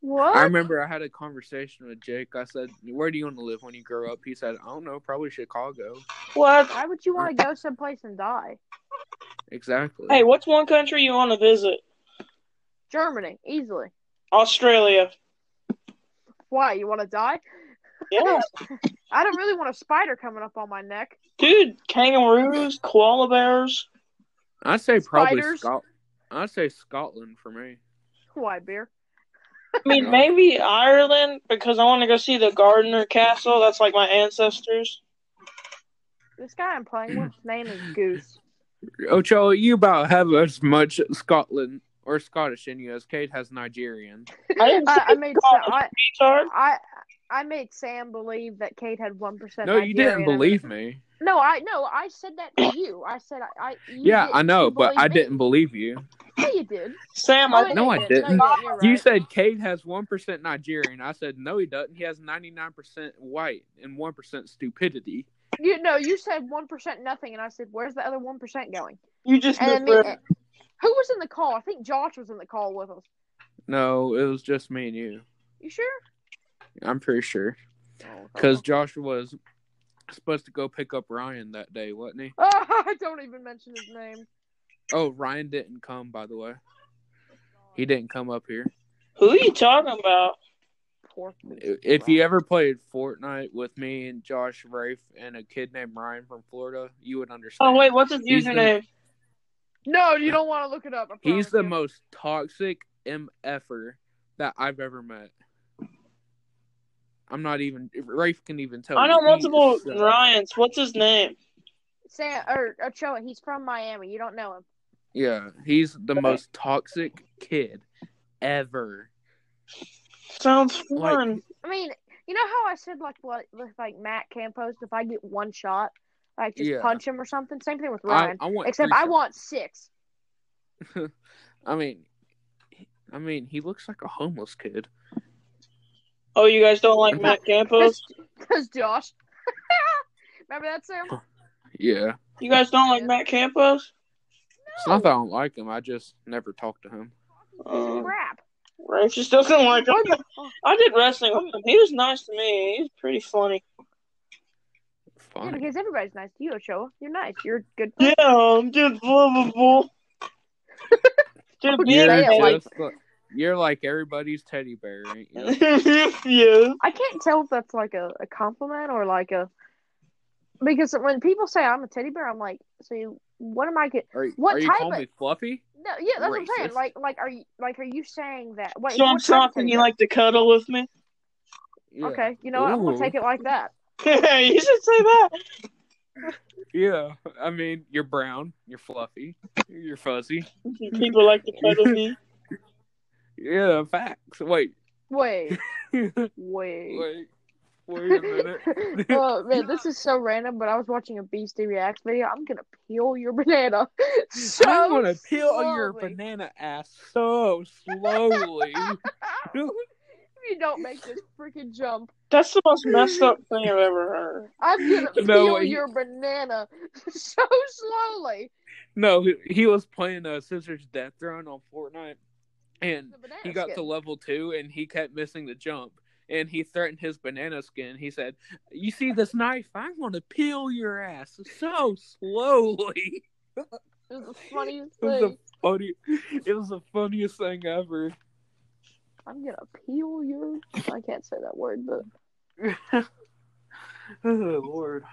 Speaker 3: what?
Speaker 1: I remember I had a conversation with Jake. I said, "Where do you want to live when you grow up?" He said, "I don't know, probably Chicago."
Speaker 2: What?
Speaker 3: Why would you want to go someplace and die?
Speaker 1: Exactly.
Speaker 2: Hey, what's one country you want to visit?
Speaker 3: Germany, easily.
Speaker 2: Australia.
Speaker 3: Why? You want to die?
Speaker 2: Yeah,
Speaker 3: I don't really want a spider coming up on my neck.
Speaker 2: dude. Kangaroos, koala bears.
Speaker 1: I'd say probably
Speaker 3: Spiders?
Speaker 1: Scot. I'd say Scotland for me.
Speaker 3: Why, beer?
Speaker 2: I mean, maybe Ireland because I want to go see the Gardner Castle. That's like my ancestors.
Speaker 3: This guy I'm playing with, his name is Goose.
Speaker 1: Ocho, Oh, you about have as much Scotland or Scottish in you as Kate has Nigerian.
Speaker 2: I didn't
Speaker 3: I,
Speaker 2: say
Speaker 3: I made Sa- I,
Speaker 2: retard.
Speaker 3: I I made Sam believe that Kate had one percent.
Speaker 1: No, you didn't believe me.
Speaker 3: No, I no, I said that to you. I said I. I you
Speaker 1: Yeah,
Speaker 3: didn't-
Speaker 1: I know,
Speaker 3: you
Speaker 1: but I
Speaker 3: believed me.
Speaker 1: didn't believe you.
Speaker 3: Yeah, you did.
Speaker 2: Sam, I
Speaker 3: No,
Speaker 1: No, I
Speaker 3: you
Speaker 1: didn't.
Speaker 3: No, Oh, you didn't. You're
Speaker 1: You
Speaker 3: right.
Speaker 1: said Cade has 1% Nigerian. I said, no, he doesn't. He has 99% white and 1% stupidity.
Speaker 3: You no, you said one percent nothing, and I said, "Where's the other one percent going?"
Speaker 2: you just
Speaker 3: And then me,
Speaker 2: misread.
Speaker 3: who was in the call? I think Josh was in the call with us.
Speaker 1: No, it was just me and you.
Speaker 3: You sure?
Speaker 1: I'm pretty sure.
Speaker 3: Oh,
Speaker 2: Uh-huh.
Speaker 1: Because Joshua was supposed to go pick up Ryan that day, wasn't he?
Speaker 3: Oh, I don't even mention his name.
Speaker 1: Oh, Ryan didn't come, by the way. He didn't come up here.
Speaker 2: Who are you talking about?
Speaker 3: Poor.
Speaker 1: If you ever played Fortnite with me and Josh Rafe and a kid named Ryan from Florida, you would understand.
Speaker 2: Oh wait, what's his
Speaker 1: He's the-
Speaker 2: username?
Speaker 3: No, you don't want to look it up. I
Speaker 1: He's
Speaker 3: promise
Speaker 1: the
Speaker 3: you.
Speaker 1: most toxic MFer that I've ever met. I'm not even. Rafe can even tell.
Speaker 2: I
Speaker 1: you.
Speaker 2: know
Speaker 1: He is
Speaker 2: multiple
Speaker 1: so-
Speaker 2: Ryans. What's his name?
Speaker 3: Sam or Ochoa. He's from Miami. You don't know him.
Speaker 1: Yeah, he's the most toxic kid ever.
Speaker 2: Sounds
Speaker 1: Like-
Speaker 2: fun.
Speaker 3: I mean, you know how I said like what with like Matt Campos, if I get one shot, like just
Speaker 1: Yeah.
Speaker 3: punch him or something. Same thing with
Speaker 1: I,
Speaker 3: Ryan.
Speaker 1: I want.
Speaker 3: Except
Speaker 1: three
Speaker 3: I
Speaker 1: shots.
Speaker 3: want six.
Speaker 1: I mean, I mean, he looks like a homeless kid.
Speaker 2: oh, you guys don't like Matt Campos?
Speaker 3: Because Josh. Remember that, Sam?
Speaker 1: Yeah,
Speaker 2: You guys don't like Matt Campos?
Speaker 1: it's not that I don't like him. I just never talk to him.
Speaker 2: Uh,
Speaker 3: Crap.
Speaker 2: Rafe just doesn't like him. I did wrestling with him. He was nice to me. He was pretty funny.
Speaker 3: Yeah,
Speaker 1: Fine.
Speaker 3: because everybody's nice to you, Ochoa. You're nice. You're a good.
Speaker 2: Yeah, I'm just lovable. Just
Speaker 1: You're,
Speaker 2: being
Speaker 3: Yeah, like-
Speaker 1: just like, you're like everybody's teddy bear, ain't you?
Speaker 2: yeah.
Speaker 3: I can't tell if that's like a, a compliment or like a because when people say I'm a teddy bear, I'm like, so you, what am I get?
Speaker 1: Are,
Speaker 3: What
Speaker 1: are you
Speaker 3: type
Speaker 1: calling
Speaker 3: of-
Speaker 1: me fluffy?
Speaker 3: No, yeah, that's what I'm saying.
Speaker 1: Racist.
Speaker 3: Like, like are you like are you saying that? What,
Speaker 2: So I'm
Speaker 3: what type of
Speaker 2: talking.
Speaker 3: teddy
Speaker 2: You
Speaker 3: bear?
Speaker 2: like to cuddle with me?
Speaker 1: Yeah.
Speaker 3: Okay, you know what? I'm
Speaker 1: Ooh.
Speaker 3: gonna take it like that.
Speaker 2: you should say that.
Speaker 1: Yeah, I mean, you're brown, you're fluffy, you're fuzzy.
Speaker 2: People like to cuddle me.
Speaker 1: Yeah, facts. Wait,
Speaker 3: Wait,
Speaker 1: wait,
Speaker 3: wait.
Speaker 1: wait a minute.
Speaker 3: oh man, this is so random. But I was watching a Beastie Reacts video. I'm gonna peel your banana. So
Speaker 1: I'm gonna peel your
Speaker 3: slowly.
Speaker 1: banana ass so slowly.
Speaker 3: if you don't make this freaking jump,
Speaker 2: That's the most messed up thing I've ever heard.
Speaker 3: I'm gonna
Speaker 1: No,
Speaker 3: peel
Speaker 1: wait.
Speaker 3: your banana so slowly.
Speaker 1: no, he, he was playing uh, Scissor's Death Throne on Fortnite, and
Speaker 3: The banana
Speaker 1: he got to
Speaker 3: skin.
Speaker 1: level two and he kept missing the jump. And he threatened his banana skin. He said, "You see this knife? I'm gonna peel your ass so slowly."
Speaker 3: It was the funniest
Speaker 1: It was
Speaker 3: thing.
Speaker 1: the funny. It was the funniest thing ever.
Speaker 3: I'm gonna peel your. I can't say that word, but
Speaker 1: oh lord.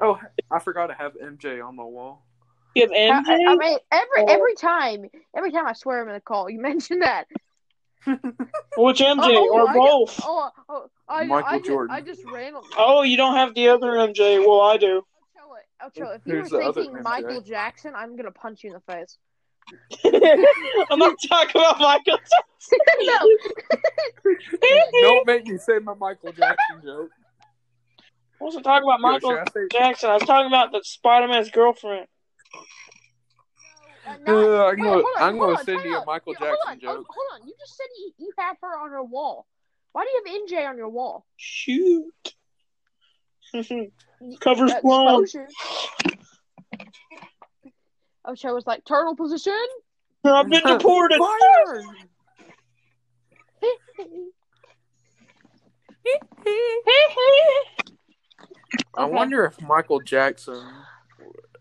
Speaker 1: Oh, I forgot to have MJ on my wall.
Speaker 2: You have
Speaker 3: I,
Speaker 2: MJ?
Speaker 3: I- I mean, every
Speaker 2: Or-
Speaker 3: every time, every time I swear I'm in a call, you mention that.
Speaker 2: Which MJ?
Speaker 3: Oh,
Speaker 2: or
Speaker 3: I got-
Speaker 2: both?
Speaker 3: Oh, oh I,
Speaker 1: Michael
Speaker 3: I, just,
Speaker 1: Jordan.
Speaker 3: I just randomly.
Speaker 2: Oh, you don't have the other MJ. Well, I do.
Speaker 3: Ochoa, Ochoa, Oh, if you
Speaker 1: Here's
Speaker 3: were
Speaker 1: the other
Speaker 3: thinking
Speaker 1: MJ.
Speaker 3: Michael Jackson, I'm gonna punch you in the face.
Speaker 2: I'm not talking about Michael
Speaker 3: no,
Speaker 2: Jackson.
Speaker 1: Don't make me say my Michael Jackson joke.
Speaker 2: I wasn't talking about
Speaker 1: Yo,
Speaker 2: Michael
Speaker 1: should I say-
Speaker 2: Jackson. I was talking about the Spider Man's girlfriend.
Speaker 3: I'm
Speaker 1: Uh,
Speaker 3: not.
Speaker 1: I'm
Speaker 3: Wait,
Speaker 1: gonna,
Speaker 3: hold on,
Speaker 1: I'm
Speaker 3: hold
Speaker 1: gonna
Speaker 3: on,
Speaker 1: send
Speaker 3: time
Speaker 1: you a
Speaker 3: out.
Speaker 1: Michael
Speaker 3: Yeah,
Speaker 1: Jackson
Speaker 3: hold on,
Speaker 1: joke.
Speaker 3: oh, hold on. You just said you, you have her on her wall. Why do you have NJ on your wall?
Speaker 2: Shoot. Covers blown.
Speaker 3: Exposure. Ocho was like turtle position.
Speaker 2: I've been deported.
Speaker 1: I
Speaker 3: Okay.
Speaker 1: wonder if Michael Jackson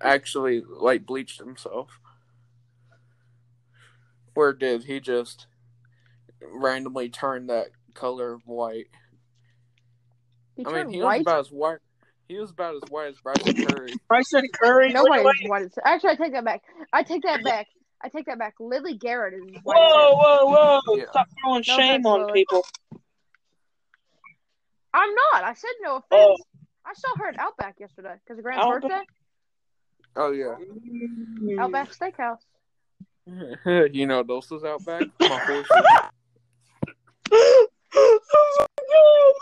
Speaker 1: actually like bleached himself, or did he just randomly turn that color white?
Speaker 3: He
Speaker 1: I mean,
Speaker 3: turned
Speaker 1: he was
Speaker 3: white.
Speaker 1: about as white. He was about as white as Bryson Curry.
Speaker 2: Bryson Curry.
Speaker 3: Nobody
Speaker 2: Wait,
Speaker 3: is
Speaker 2: wait.
Speaker 3: white. as- Actually, I take that back. I take that back. I take that back. Lily Garrett is white. as
Speaker 2: Whoa,
Speaker 3: hell.
Speaker 2: whoa, whoa.
Speaker 1: Yeah.
Speaker 2: Stop throwing
Speaker 3: No
Speaker 2: shame
Speaker 3: offense,
Speaker 2: on
Speaker 3: Lily.
Speaker 2: people.
Speaker 3: I'm not. I said no offense.
Speaker 2: Oh.
Speaker 3: I saw her at Outback yesterday because of Grant's
Speaker 2: Outback?
Speaker 3: birthday.
Speaker 1: Oh yeah,
Speaker 3: Outback Steakhouse.
Speaker 1: you know those was out back. My horses.
Speaker 2: oh my god.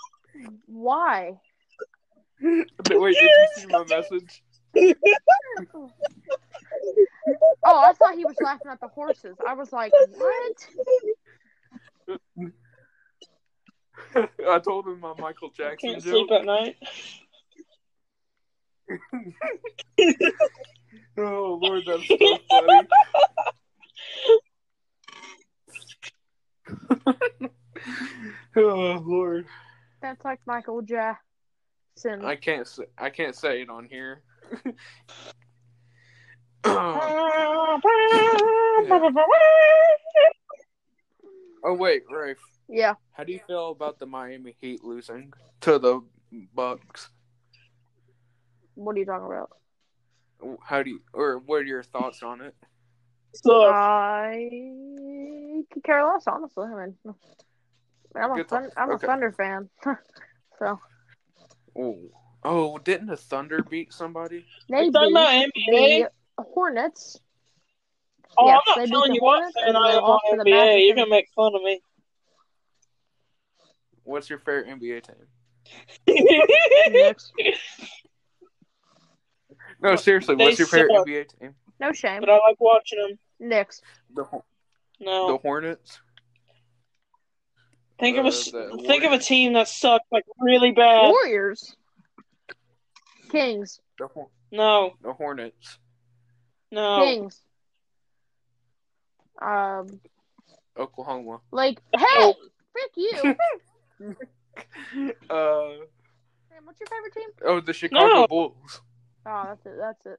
Speaker 3: Why?
Speaker 1: Wait, did you see my message?
Speaker 3: Oh, I thought he was laughing at the horses. I was like, what?
Speaker 1: I told him my Michael
Speaker 2: I
Speaker 1: Jackson
Speaker 2: can't
Speaker 1: joke.
Speaker 2: sleep at night.
Speaker 1: Oh Lord, that's so funny. oh Lord,
Speaker 3: That's like Michael Jackson.
Speaker 1: I can't say I can't say it on here. oh wait, Rafe,
Speaker 3: Yeah.
Speaker 1: how do you feel about the Miami Heat losing to the Bucks?
Speaker 3: What are you talking about?
Speaker 1: How do you or what are your thoughts on it?
Speaker 2: So,
Speaker 3: I could care less, honestly. I mean, I'm a
Speaker 1: Good
Speaker 3: thun-
Speaker 1: thoughts.
Speaker 3: I'm
Speaker 1: Okay.
Speaker 3: a Thunder fan, so
Speaker 1: Oh, oh, didn't the Thunder beat somebody?
Speaker 3: they
Speaker 2: you talking
Speaker 3: beat
Speaker 2: about NBA?
Speaker 3: the Hornets.
Speaker 2: Oh,
Speaker 3: yes,
Speaker 2: I'm
Speaker 3: they
Speaker 2: not telling
Speaker 3: beat the
Speaker 2: you what
Speaker 3: Hornets
Speaker 2: fan
Speaker 3: and
Speaker 2: I
Speaker 3: they
Speaker 2: am
Speaker 3: lost to
Speaker 2: on
Speaker 3: the
Speaker 2: NBA. You're
Speaker 3: Mavericks.
Speaker 2: going to make fun of me.
Speaker 1: What's your favorite NBA team?
Speaker 3: Knicks.
Speaker 1: No, seriously,
Speaker 2: They
Speaker 1: what's your favorite
Speaker 2: suck.
Speaker 1: NBA team?
Speaker 3: No shame,
Speaker 2: but I like watching them.
Speaker 3: Knicks.
Speaker 1: The Hor- the
Speaker 2: No.
Speaker 1: Hornets.
Speaker 2: Think of
Speaker 1: uh,
Speaker 2: a s-
Speaker 1: the
Speaker 2: think of a
Speaker 1: Warriors.
Speaker 2: team that sucked like really bad.
Speaker 3: Warriors, Kings,
Speaker 1: The, Hor-
Speaker 2: No,
Speaker 1: the Hornets.
Speaker 2: no.
Speaker 3: Kings. Um,
Speaker 1: Oklahoma.
Speaker 3: like
Speaker 2: Oh.
Speaker 3: hey, frick you. Sam,
Speaker 1: Uh,
Speaker 3: what's your favorite team?
Speaker 1: oh, the Chicago
Speaker 2: No.
Speaker 1: Bulls.
Speaker 3: Oh, that's it. That's it.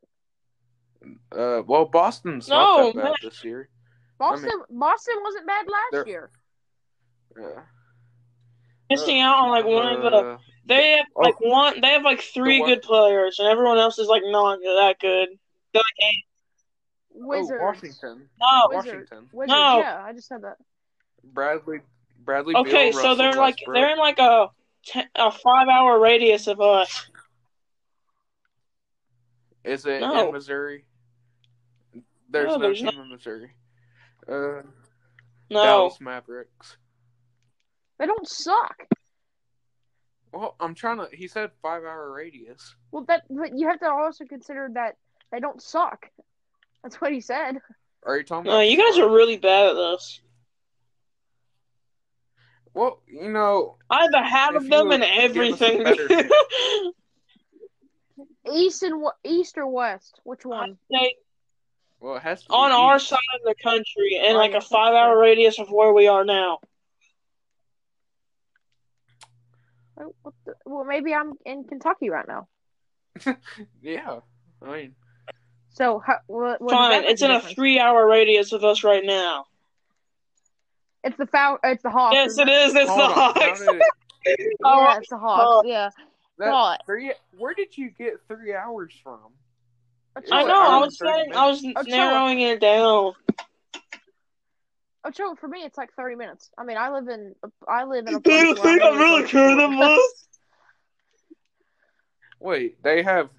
Speaker 1: Uh, well, Boston's
Speaker 2: No,
Speaker 1: not that bad
Speaker 2: man.
Speaker 1: this year.
Speaker 3: Boston. Boston wasn't bad
Speaker 1: They're-
Speaker 3: last year.
Speaker 1: Uh,
Speaker 2: Missing out on like one of the
Speaker 1: uh,
Speaker 2: they have like one they have like three
Speaker 1: Wa-
Speaker 2: good players and everyone else is like not that good. They're like, hey,
Speaker 3: Wizards.
Speaker 1: Oh, Washington.
Speaker 2: no.
Speaker 3: Wizards.
Speaker 1: Washington.
Speaker 3: Wizards.
Speaker 2: No.
Speaker 3: Yeah, I just said that.
Speaker 1: Bradley. Bradley.
Speaker 2: Okay,
Speaker 1: Beal,
Speaker 2: so
Speaker 1: Russell
Speaker 2: they're like
Speaker 1: Westbrook.
Speaker 2: they're in like a ten, a five hour radius of us.
Speaker 1: Is it
Speaker 2: No.
Speaker 1: in Missouri? There's
Speaker 2: No,
Speaker 1: no,
Speaker 2: there's
Speaker 1: team in Missouri. Uh,
Speaker 2: No,
Speaker 1: Dallas Mavericks.
Speaker 3: They don't suck.
Speaker 1: Well, I'm trying to. He said five hour radius.
Speaker 3: Well, that but you have to also consider that they don't suck. That's what he said.
Speaker 1: Are you talking?
Speaker 2: no,
Speaker 1: about
Speaker 2: you guys are really bad at this.
Speaker 1: Well, you know,
Speaker 2: I have a hat
Speaker 1: If
Speaker 2: of
Speaker 1: you
Speaker 2: them
Speaker 1: would
Speaker 2: and
Speaker 1: give us a
Speaker 2: everything.
Speaker 1: better-
Speaker 3: East and w- East or West, which one?
Speaker 2: Like,
Speaker 1: well, it has to be
Speaker 2: on our
Speaker 1: east.
Speaker 2: side of the country in
Speaker 3: Oh,
Speaker 2: like
Speaker 3: yeah,
Speaker 2: a
Speaker 3: that's
Speaker 2: five hour radius of where we are now.
Speaker 3: Oh, what the- well, maybe I'm in Kentucky right now.
Speaker 1: Yeah, I mean,
Speaker 3: So how, what, what does that
Speaker 2: Fine,
Speaker 3: make
Speaker 2: it's in a
Speaker 3: difference?
Speaker 2: three hour radius of us right now.
Speaker 3: It's the foul. It's the Hawks.
Speaker 2: Yes, it is. It's
Speaker 1: hold
Speaker 2: the
Speaker 1: on, how
Speaker 2: Hawks.
Speaker 1: did it-
Speaker 3: Yeah, it's the Hawks. Yeah.
Speaker 1: that
Speaker 3: Hawks.
Speaker 1: three, where did you get three hours from?
Speaker 2: I
Speaker 1: It's
Speaker 2: know.
Speaker 1: an
Speaker 2: I
Speaker 1: hour
Speaker 2: was
Speaker 1: and 30
Speaker 2: saying. I was
Speaker 3: minutes.
Speaker 2: narrowing it down.
Speaker 3: Oh, so for me, it's like thirty minutes. I mean, I live in I live in a
Speaker 2: Do you
Speaker 3: place where
Speaker 2: think I'm really
Speaker 3: close to
Speaker 2: care
Speaker 3: it.
Speaker 2: that much?
Speaker 1: Wait, they have.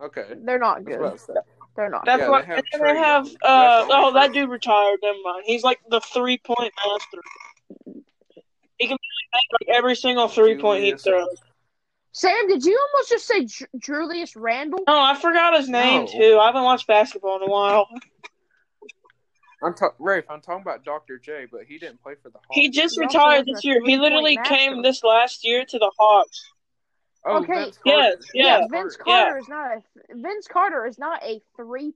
Speaker 1: Okay,
Speaker 3: They're not
Speaker 1: that's
Speaker 3: good.
Speaker 1: what I said.
Speaker 3: They're not.
Speaker 2: That's
Speaker 1: Yeah,
Speaker 2: why
Speaker 1: they
Speaker 2: and
Speaker 1: have
Speaker 2: then they
Speaker 1: Trey
Speaker 2: have
Speaker 1: Young.
Speaker 2: uh
Speaker 1: That's all
Speaker 2: oh that
Speaker 1: true.
Speaker 2: dude retired. Never mind. He's like the three point master. He can make like every single three point he
Speaker 1: Julius-
Speaker 2: throws.
Speaker 3: Sam, did you almost just say Ju- Julius Randle?
Speaker 2: No, I forgot his name
Speaker 1: No.
Speaker 2: too. I haven't watched basketball in a while.
Speaker 1: I'm ta- Rafe. I'm talking about Dr. J, but he didn't play for the Hawks.
Speaker 2: He just
Speaker 3: He also
Speaker 2: retired
Speaker 3: was
Speaker 2: this
Speaker 3: a
Speaker 2: year. He
Speaker 3: three-point
Speaker 2: literally
Speaker 3: master.
Speaker 2: came this last year to the Hawks.
Speaker 1: Oh,
Speaker 3: Okay,
Speaker 1: Vince
Speaker 2: yes,
Speaker 1: Carter.
Speaker 2: yeah.
Speaker 3: Vince
Speaker 2: yeah.
Speaker 3: Carter is not a Vince Carter is not a three.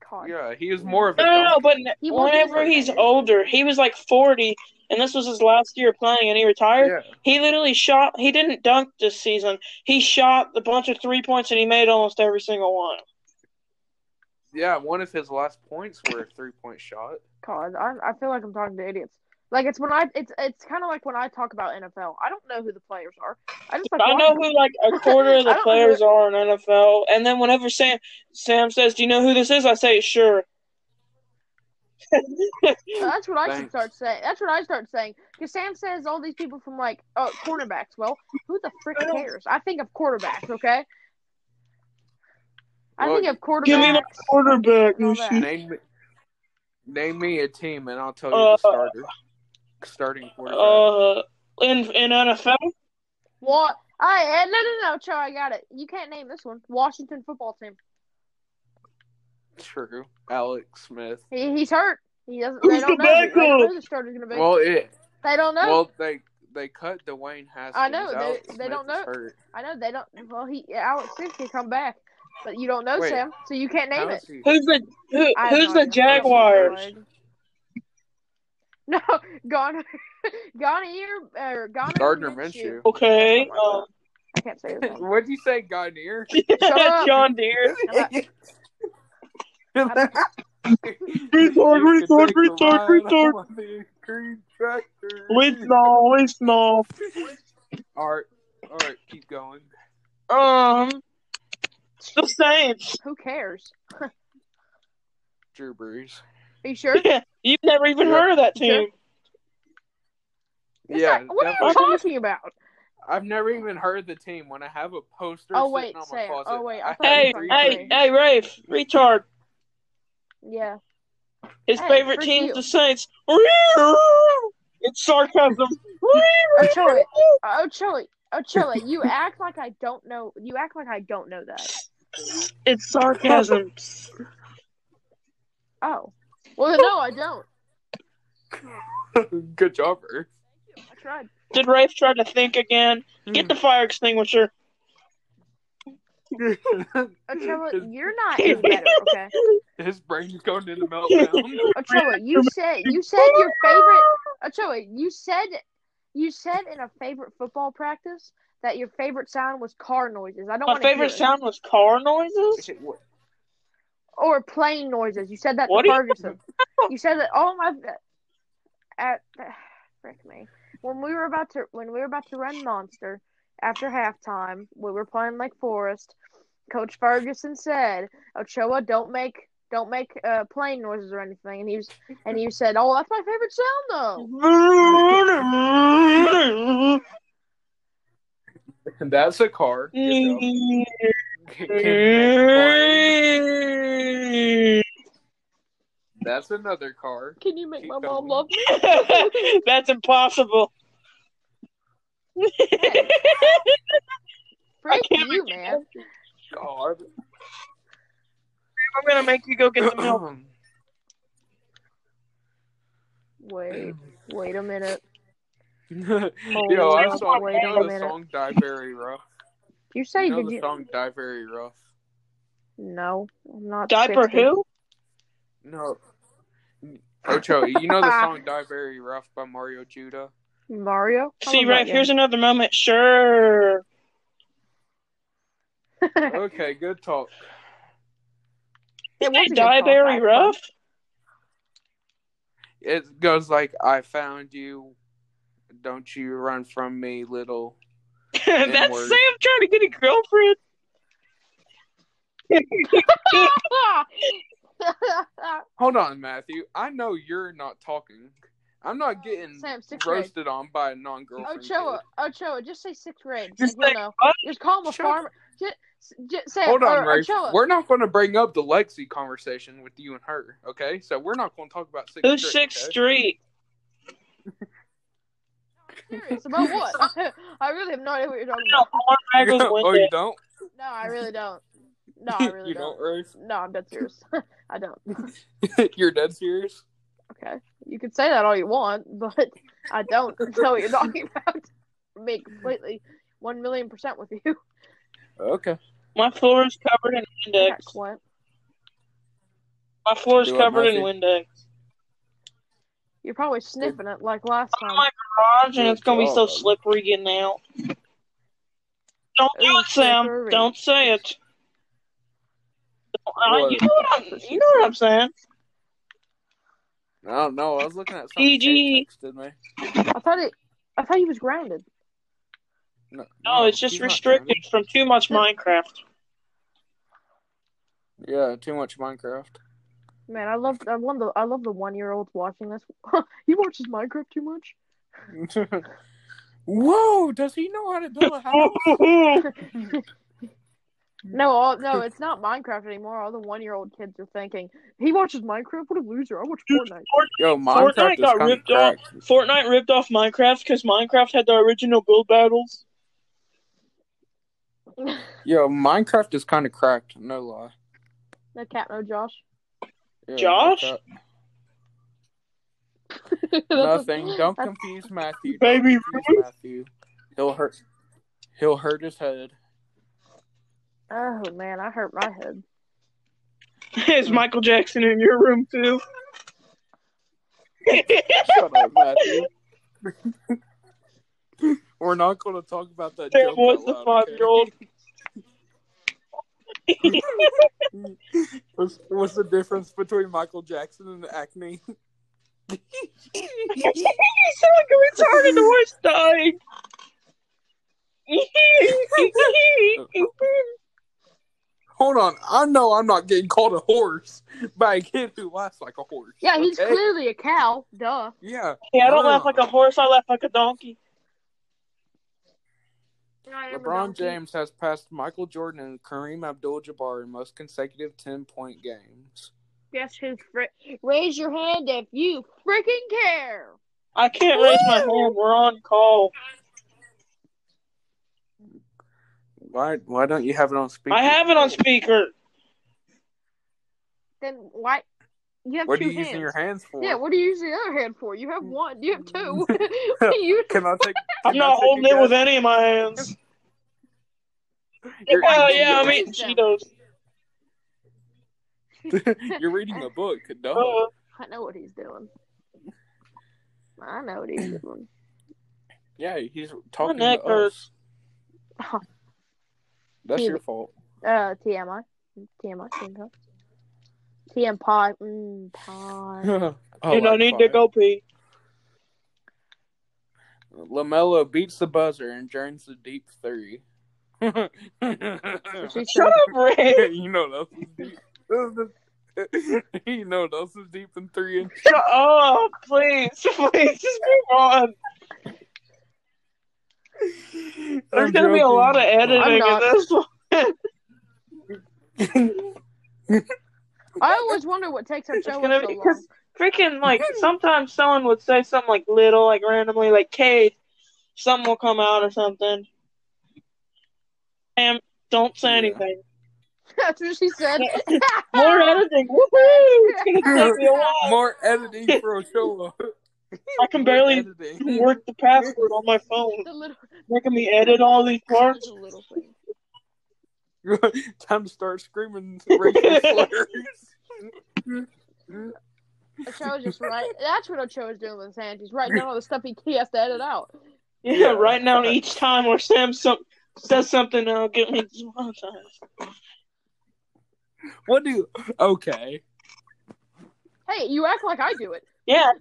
Speaker 3: Card.
Speaker 1: Yeah, he is more of a.
Speaker 2: No, no, no.
Speaker 1: dunk.
Speaker 2: But
Speaker 3: He won't be
Speaker 2: whenever he's
Speaker 3: retired.
Speaker 2: older, he was like forty, and this was his last year playing, and he retired.
Speaker 1: yeah.
Speaker 2: He literally shot. He didn't dunk this season. He shot a bunch of three points, and he made almost every single one.
Speaker 1: yeah, one of his last points were a three point shot.
Speaker 3: God, I, I feel like I'm talking to idiots. Like it's when I it's it's kind of like when I talk about NFL. I don't know who the players are. I just like
Speaker 2: I know who like a quarter of
Speaker 3: I
Speaker 2: the
Speaker 3: don't
Speaker 2: players are in NFL, and then whenever Sam Sam says, "Do you know who this is?" I say, "Sure."
Speaker 3: That's what I should
Speaker 1: Thanks.
Speaker 3: start saying. That's what I start saying. Because Sam says all these people from like uh, cornerbacks. Well, who the frick cares? I think of quarterbacks. Okay. I
Speaker 1: Well,
Speaker 3: think of quarterbacks.
Speaker 2: Give me my quarterback.
Speaker 3: and all that.
Speaker 1: Name me, name me a team, and I'll tell you
Speaker 2: Uh,
Speaker 1: the starter, starting quarterback.
Speaker 2: Uh, in in NFL,
Speaker 3: What? I eh, no no no, Cho, I got it. You can't name this one. Washington football team.
Speaker 1: True, Alex Smith.
Speaker 3: He, he's hurt. He doesn't.
Speaker 2: Who's
Speaker 3: they don't
Speaker 2: the
Speaker 3: know. They don't know
Speaker 2: backup?
Speaker 3: who the starter's gonna be.
Speaker 1: Well, it.
Speaker 3: they don't know.
Speaker 1: Well, they they cut Dwayne Haskins.
Speaker 3: I know, they-
Speaker 1: Alex
Speaker 3: they
Speaker 1: Smith
Speaker 3: don't
Speaker 1: is
Speaker 3: know.
Speaker 1: Hurt.
Speaker 3: I know they don't. Well, he Alex Smith can come back, but you don't know
Speaker 1: Wait.
Speaker 3: Sam, so you can't name
Speaker 1: How
Speaker 3: it.
Speaker 1: is he-
Speaker 2: who's the who,
Speaker 3: I have
Speaker 2: who's
Speaker 3: no
Speaker 2: the
Speaker 3: idea.
Speaker 2: Jaguars?
Speaker 3: No, Gon, Gonier or Gon
Speaker 1: Gardner Minshew.
Speaker 2: Okay, um,
Speaker 3: I can't say his name.
Speaker 1: What'd you say, Gardner?
Speaker 3: up.
Speaker 2: John Deere.
Speaker 1: You
Speaker 2: Retard,
Speaker 1: can
Speaker 2: retard,
Speaker 1: take a
Speaker 2: retard,
Speaker 1: ride
Speaker 2: retard.
Speaker 1: on the green tractor.
Speaker 2: Withnall, Withnall.
Speaker 1: All right, all right, keep going.
Speaker 2: Um, the Saints.
Speaker 3: Who cares?
Speaker 1: Drew Brees.
Speaker 3: Are you sure?
Speaker 2: You've never even
Speaker 1: Yeah.
Speaker 2: heard of that team.
Speaker 3: It's
Speaker 1: yeah,
Speaker 3: not- what are you
Speaker 1: definitely.
Speaker 3: talking about?
Speaker 1: I've never even heard the team. When I have a poster
Speaker 3: Oh,
Speaker 1: sitting
Speaker 3: wait,
Speaker 1: on my
Speaker 3: Sam.
Speaker 1: closet,
Speaker 3: Oh, wait, I
Speaker 1: I
Speaker 3: thought
Speaker 1: have
Speaker 2: Hey,
Speaker 3: you were
Speaker 1: three
Speaker 3: talking
Speaker 2: hey,
Speaker 1: teams.
Speaker 2: hey, Rafe, retard.
Speaker 3: Yeah.
Speaker 2: His
Speaker 3: Hey,
Speaker 2: favorite
Speaker 3: frick
Speaker 2: team's
Speaker 3: you.
Speaker 2: the Saints. It's sarcasm.
Speaker 3: Ochoa, Ochoa, Ochoa, Oh, you act like I don't know. You act like I don't know that.
Speaker 2: It's sarcasm.
Speaker 3: Oh, well, then, no, I don't.
Speaker 1: Good job, Earth.
Speaker 3: I tried.
Speaker 2: Did Rafe try to think again?
Speaker 3: Hmm.
Speaker 2: Get the fire extinguisher.
Speaker 3: Ochoa,
Speaker 1: his,
Speaker 3: Oh, you're not any better. Okay.
Speaker 1: his brain's going into meltdown.
Speaker 3: Ochoa, you said you said your favorite. Ochoa, you said you said in a favorite football practice that your favorite sound was car noises. I don't.
Speaker 2: My
Speaker 3: wanna hear
Speaker 2: favorite
Speaker 3: it.
Speaker 2: sound was car noises.
Speaker 3: or plane noises. You said that
Speaker 2: What
Speaker 3: to
Speaker 2: are you-
Speaker 3: Ferguson. You... said that all my at frick me when we were about to when we were about to run monster after halftime. We were playing Lake Forest. Coach Ferguson said, "Ochoa, don't make." Don't make uh, plane noises or anything, and he was, and he said, "Oh, that's my favorite sound,
Speaker 1: That's a car.
Speaker 2: Mm-hmm.
Speaker 1: Good job. Can-
Speaker 2: Mm-hmm.
Speaker 1: That's another car.
Speaker 3: though." Can you make
Speaker 1: Keep
Speaker 3: my
Speaker 1: going.
Speaker 3: mom love me?
Speaker 2: That's impossible.
Speaker 3: Hey. Frick
Speaker 2: can't
Speaker 3: you, man!
Speaker 1: God.
Speaker 2: I'm gonna make you go get some milk.
Speaker 3: Wait,
Speaker 1: Mm.
Speaker 3: wait a minute.
Speaker 1: Yo, I saw
Speaker 3: wait
Speaker 1: you
Speaker 3: a
Speaker 1: know the
Speaker 3: minute.
Speaker 1: song "Die Very Rough."
Speaker 3: You say
Speaker 1: You know
Speaker 3: did
Speaker 1: the
Speaker 3: you?
Speaker 1: song "Die Very Rough."
Speaker 3: No, I'm not.
Speaker 2: Diaper
Speaker 3: 60.
Speaker 2: who?
Speaker 1: No. Ocho, you know the song "Die Very Rough" by Mario Judah.
Speaker 3: Mario. I
Speaker 2: See,
Speaker 3: love that
Speaker 2: Rafe,
Speaker 3: game.
Speaker 2: here's another moment. Sure.
Speaker 1: Okay, good talk.
Speaker 3: It was a good
Speaker 2: Die
Speaker 3: call,
Speaker 2: very
Speaker 3: actually.
Speaker 2: rough.
Speaker 1: It goes like, "I found you, don't you run from me, little."
Speaker 2: That's
Speaker 1: N-word.
Speaker 2: Sam trying to get a girlfriend.
Speaker 1: Hold on, Matthew. I know you're not talking. I'm not getting
Speaker 3: Oh, Sam, sixth grade. Oh,
Speaker 1: roasted on by a non-girlfriend.
Speaker 3: Ochoa, Ochoa, just say sixth grade.
Speaker 2: Just
Speaker 3: Like,
Speaker 2: say
Speaker 3: he'll know.
Speaker 2: what?
Speaker 3: Just call him a
Speaker 1: Sure.
Speaker 3: farmer. Just, just say,
Speaker 1: Hold on,
Speaker 3: or, or
Speaker 1: Rafe.
Speaker 3: Chilla.
Speaker 1: We're not going to bring up the Lexi conversation with you and her, okay? So we're not going to talk about Sixth
Speaker 2: Who's
Speaker 1: Street,
Speaker 2: Sixth
Speaker 1: okay?
Speaker 2: Street?
Speaker 3: Serious about what? I really have no idea what you're talking
Speaker 2: No,
Speaker 3: about.
Speaker 2: Horn Bagels
Speaker 1: oh,
Speaker 2: went
Speaker 1: you
Speaker 2: it.
Speaker 1: don't?
Speaker 3: No, I really don't. No, I really
Speaker 1: you
Speaker 3: don't.
Speaker 1: don't, Rafe?
Speaker 3: No, I'm dead serious. I don't.
Speaker 1: You're dead serious?
Speaker 3: Okay, you can say that all you want, but I don't know what you're talking about. Me completely, one million percent with you.
Speaker 1: Okay.
Speaker 2: My floor is covered in
Speaker 3: Okay,
Speaker 2: Windex.
Speaker 3: Clint.
Speaker 2: My floor is
Speaker 1: Do what,
Speaker 2: covered in
Speaker 1: Murphy?
Speaker 2: Windex.
Speaker 3: You're probably sniffing it like last
Speaker 2: I'm in
Speaker 3: time.
Speaker 2: my garage and it's gonna be so
Speaker 1: Good job.
Speaker 2: slippery getting out. Don't do
Speaker 3: Ooh,
Speaker 2: it, Sam.
Speaker 3: slippery.
Speaker 2: Don't say it. Uh, you,
Speaker 1: What?
Speaker 2: know what I'm, you know what I'm saying.
Speaker 1: I don't know. I was looking at something
Speaker 2: PG.
Speaker 1: Kate texted me.
Speaker 3: I thought it. I thought he was grounded.
Speaker 1: No,
Speaker 2: No, it's
Speaker 1: he's
Speaker 2: just
Speaker 1: not
Speaker 2: restricted from too much Minecraft.
Speaker 1: grounded. Yeah, too much Minecraft.
Speaker 3: Man, I love I love the I love the one year olds watching this. he watches Minecraft too much.
Speaker 1: Whoa, does he know how to build a house?
Speaker 2: Why
Speaker 1: Mm-hmm.
Speaker 3: No, all, no, it's not Minecraft anymore. All the one year old kids are thinking he watches Minecraft. What a loser! I watch Fortnite.
Speaker 1: Yo,
Speaker 2: Fortnite
Speaker 1: Minecraft is
Speaker 2: got
Speaker 1: kind of
Speaker 2: ripped off.
Speaker 1: cracked.
Speaker 2: Fortnite ripped off Minecraft because Minecraft had the original build battles.
Speaker 1: Yo, Minecraft is kind of cracked. No lie.
Speaker 3: No cat, no Josh.
Speaker 1: Yeah,
Speaker 2: Josh?
Speaker 1: Minecraft-
Speaker 3: That's-
Speaker 1: Nothing. Don't
Speaker 3: that's-
Speaker 1: confuse Matthew. Don't
Speaker 2: Baby
Speaker 1: confuse Matthew. He'll hurt. He'll hurt his head.
Speaker 3: Oh man, I hurt my head.
Speaker 2: is Michael Jackson in your room too?
Speaker 1: Shut up, Matthew. We're not going to talk about that.
Speaker 2: Sam
Speaker 1: joke
Speaker 2: was
Speaker 1: out
Speaker 2: the
Speaker 1: loud,
Speaker 2: five
Speaker 1: okay?
Speaker 2: year old.
Speaker 1: What's, what's the difference between Michael Jackson and acne?
Speaker 2: you sound like a retarded horse dying.
Speaker 1: Hold on, I know I'm not getting called a horse by a kid who laughs like a horse.
Speaker 3: Yeah, he's
Speaker 1: okay?
Speaker 3: clearly a cow. Duh.
Speaker 1: Yeah,
Speaker 2: yeah, I don't laugh like a horse. I laugh like a donkey.
Speaker 1: LeBron James has passed Michael Jordan and Kareem Abdul-Jabbar in most consecutive ten-point games.
Speaker 3: Guess who's fri- Raise your hand if you freaking care.
Speaker 2: I can't raise my hand. We're on call.
Speaker 1: Why? Why don't you have it on speaker?
Speaker 2: I have it on speaker.
Speaker 3: Then why? You have
Speaker 1: What are
Speaker 3: two
Speaker 1: you
Speaker 3: hands.
Speaker 1: using your hands for?
Speaker 3: Yeah, what do you use the other hand for? You have one. You have two. what do you?
Speaker 1: Can I take?
Speaker 2: I'm
Speaker 1: can I
Speaker 2: not
Speaker 1: take a
Speaker 2: holding it with
Speaker 1: guess?
Speaker 2: any of my hands.
Speaker 1: You're-
Speaker 2: Hell
Speaker 3: eating
Speaker 2: yeah, I'm
Speaker 3: your
Speaker 2: eating
Speaker 3: wisdom.
Speaker 2: Cheetos.
Speaker 1: You're reading a book. No.
Speaker 2: Uh,
Speaker 3: I know what he's doing. I know what he's doing.
Speaker 1: Yeah, he's talking
Speaker 2: My neck
Speaker 1: to us.
Speaker 3: hurts.
Speaker 1: That's
Speaker 3: Yeah,
Speaker 1: your
Speaker 3: but-
Speaker 1: fault.
Speaker 3: Uh, TMI. TMI. TMI. TM pie. Mm, pie.
Speaker 1: oh,
Speaker 2: you don't need to go pee.
Speaker 1: Lamelo beats the buzzer and joins the deep three. you know
Speaker 3: She
Speaker 2: Shut
Speaker 3: said-
Speaker 2: up, Ray.
Speaker 1: that was deep. you know that was deep in three. And-
Speaker 2: Shut up, please, please, just move on. There's gonna be a lot of
Speaker 3: I'm
Speaker 2: editing in
Speaker 3: not.
Speaker 2: this one.
Speaker 3: I always wonder what takes our
Speaker 2: It's
Speaker 3: show
Speaker 2: gonna
Speaker 3: up so
Speaker 2: be
Speaker 3: long.
Speaker 2: because freaking like sometimes someone would say something like little, like randomly, like Kate, something will come out or something. Sam, don't say
Speaker 1: Yeah.
Speaker 2: anything.
Speaker 3: That's what she said.
Speaker 2: More editing. Woohoo! It's gonna take me a while.
Speaker 1: More editing for Ochoa.
Speaker 2: I can barely
Speaker 1: editing.
Speaker 2: work the password on my phone,
Speaker 3: the little,
Speaker 2: making me edit all these parts.
Speaker 3: the little thing.
Speaker 1: Time to start screaming racial slurs.
Speaker 3: Ochoa's just right. That's what Ochoa's doing with his hands. He's writing down all the stuff he, he has to edit out.
Speaker 2: Yeah,
Speaker 1: Yeah.
Speaker 2: right now each time where Sam some, says something, I'll get me demonetized.
Speaker 1: what do? Okay.
Speaker 3: Hey, you act like I do it.
Speaker 2: Yeah,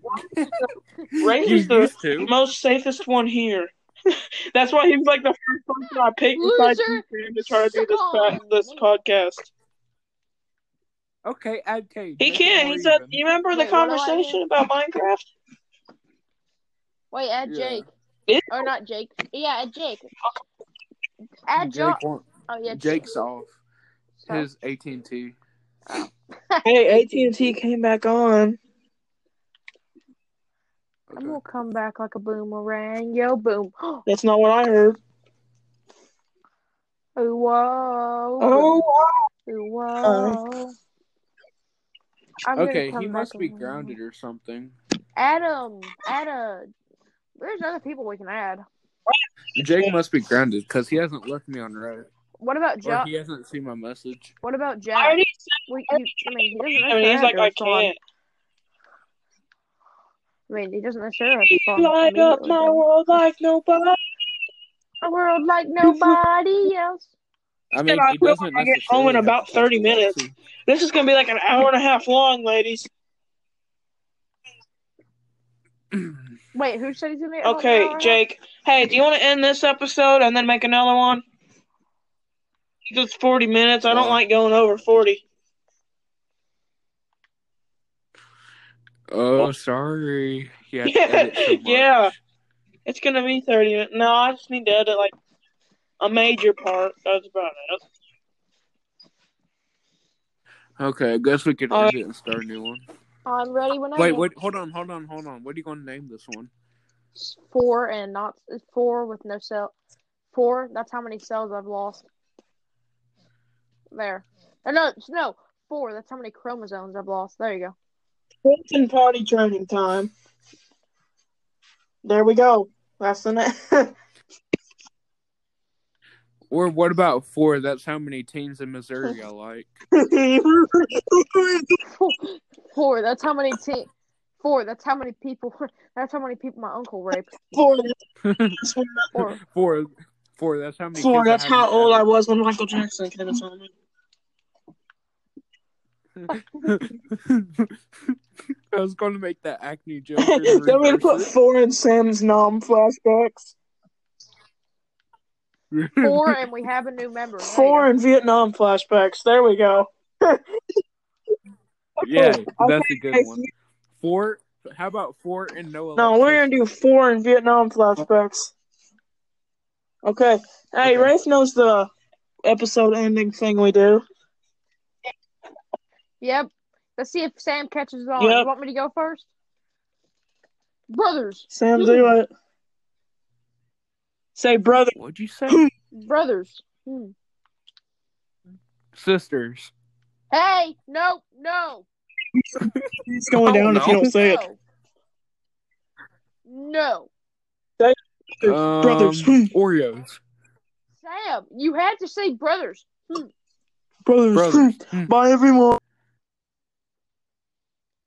Speaker 1: You
Speaker 2: Ray's the
Speaker 1: used to.
Speaker 2: most safest one here. That's why he's like the first person I picked besides you,
Speaker 3: Loser.
Speaker 2: Sam, to try to do this po- this podcast.
Speaker 1: Okay, add Cade.
Speaker 2: He
Speaker 1: Make it
Speaker 2: can't.
Speaker 1: more
Speaker 2: He said,
Speaker 1: even.
Speaker 2: "You remember the
Speaker 3: Wait, what do I do?
Speaker 2: conversation about Minecraft?"
Speaker 3: Wait, add
Speaker 1: Yeah.
Speaker 3: Jake.
Speaker 2: Ew.
Speaker 3: Or not Jake. Yeah, add Jake. Add Josh.
Speaker 1: Jake won't-
Speaker 3: Oh yeah,
Speaker 1: Jake's off
Speaker 3: so-
Speaker 1: his AT and T.
Speaker 2: Hey, AT and T came back on.
Speaker 3: I'm gonna come back like a boomerang. Yo, boom. Oh,
Speaker 2: That's not what I heard.
Speaker 3: whoa.
Speaker 2: Oh,
Speaker 3: Ooh, whoa. I'm gonna
Speaker 1: Uh. Okay,
Speaker 3: come
Speaker 1: he
Speaker 3: back
Speaker 1: must be
Speaker 3: around.
Speaker 1: grounded or something.
Speaker 3: Adam, Adam. um, There's other people we can add.
Speaker 1: Jake must be grounded because he hasn't left me on Reddit
Speaker 3: What about
Speaker 1: or
Speaker 3: Jack?
Speaker 1: he hasn't seen my message.
Speaker 3: What about Jack?
Speaker 2: I already.
Speaker 3: We-
Speaker 2: I
Speaker 3: you- I mean, he doesn't
Speaker 2: I mean, he's like, I
Speaker 3: necessarily have to respond.
Speaker 2: can't.
Speaker 3: I mean, he doesn't necessarily have to
Speaker 2: You
Speaker 3: respond
Speaker 2: light up my
Speaker 3: immediately,
Speaker 2: world like nobody.
Speaker 3: but a world like nobody else.
Speaker 1: I mean,
Speaker 2: I
Speaker 1: he
Speaker 2: will
Speaker 1: doesn't
Speaker 2: when I get home
Speaker 1: necessarily
Speaker 2: in
Speaker 1: have
Speaker 2: about
Speaker 1: to talk
Speaker 2: 30
Speaker 1: to me.
Speaker 2: minutes. This is gonna be like an hour and a half long, ladies.
Speaker 3: Wait, who said he's gonna be? at home
Speaker 2: Okay,
Speaker 3: now?
Speaker 2: Jake. Hey, do you want to end this episode and then make another one? Because it's 40 minutes. I don't
Speaker 1: Yeah.
Speaker 2: like going over 40.
Speaker 1: Oh, sorry. Yeah,
Speaker 2: Yeah. It's gonna be 30 minutes. No, I just need to edit like a major part. That's about it.
Speaker 1: Okay, I guess we could
Speaker 2: Uh,
Speaker 1: end it and start a new one.
Speaker 3: I'm ready when I
Speaker 1: Wait,
Speaker 3: am.
Speaker 1: wait, hold on, hold on, hold on. What are you going to name this one?
Speaker 3: It's Four and not it's four with no cell. Four. That's how many cells I've lost. There. Uh, No, no, it's- no. Four. That's how many chromosomes I've lost. There you go.
Speaker 2: It's in party training time. There we go. That's the next.
Speaker 1: Or what about four? That's how many teams in Missouri I like.
Speaker 3: Four. Four. That's how many te- Four. That's how many people. That's how many people my uncle raped.
Speaker 2: Four.
Speaker 3: Four.
Speaker 1: Four, four. That's how many.
Speaker 2: Four.
Speaker 1: kids I
Speaker 2: That's
Speaker 1: have in
Speaker 2: how old I
Speaker 1: heaven.
Speaker 2: was when Michael Jackson came and saw me.
Speaker 1: I was going to make that acne joke. and
Speaker 2: Then we're gonna put
Speaker 1: reverse
Speaker 2: four in Sam's nom flashbacks.
Speaker 1: it.
Speaker 3: Four, and we have a new member. There you
Speaker 2: Four
Speaker 3: go.
Speaker 2: in Vietnam flashbacks. There we go.
Speaker 1: yeah,
Speaker 2: Okay,
Speaker 1: that's a good one. Four. How about four and no?
Speaker 2: No, we're gonna do four in Vietnam flashbacks. Okay. Hey,
Speaker 1: Okay.
Speaker 2: Rafe knows the episode ending thing we do.
Speaker 3: Yep. Let's see if Sam catches on.
Speaker 2: Yep.
Speaker 3: You want me to go first? Brothers.
Speaker 2: Sam, do it. Say brother.
Speaker 1: What'd you say?
Speaker 3: Brothers. Hmm.
Speaker 1: Sisters.
Speaker 3: Hey, no, no.
Speaker 2: It's going
Speaker 1: Oh,
Speaker 2: down if you
Speaker 1: no.
Speaker 2: don't say it.
Speaker 3: no. No.
Speaker 2: Brothers.
Speaker 1: Um, Oreos.
Speaker 3: Sam, you had to say brothers.
Speaker 2: Brothers.
Speaker 1: Brothers.
Speaker 2: Bye, everyone.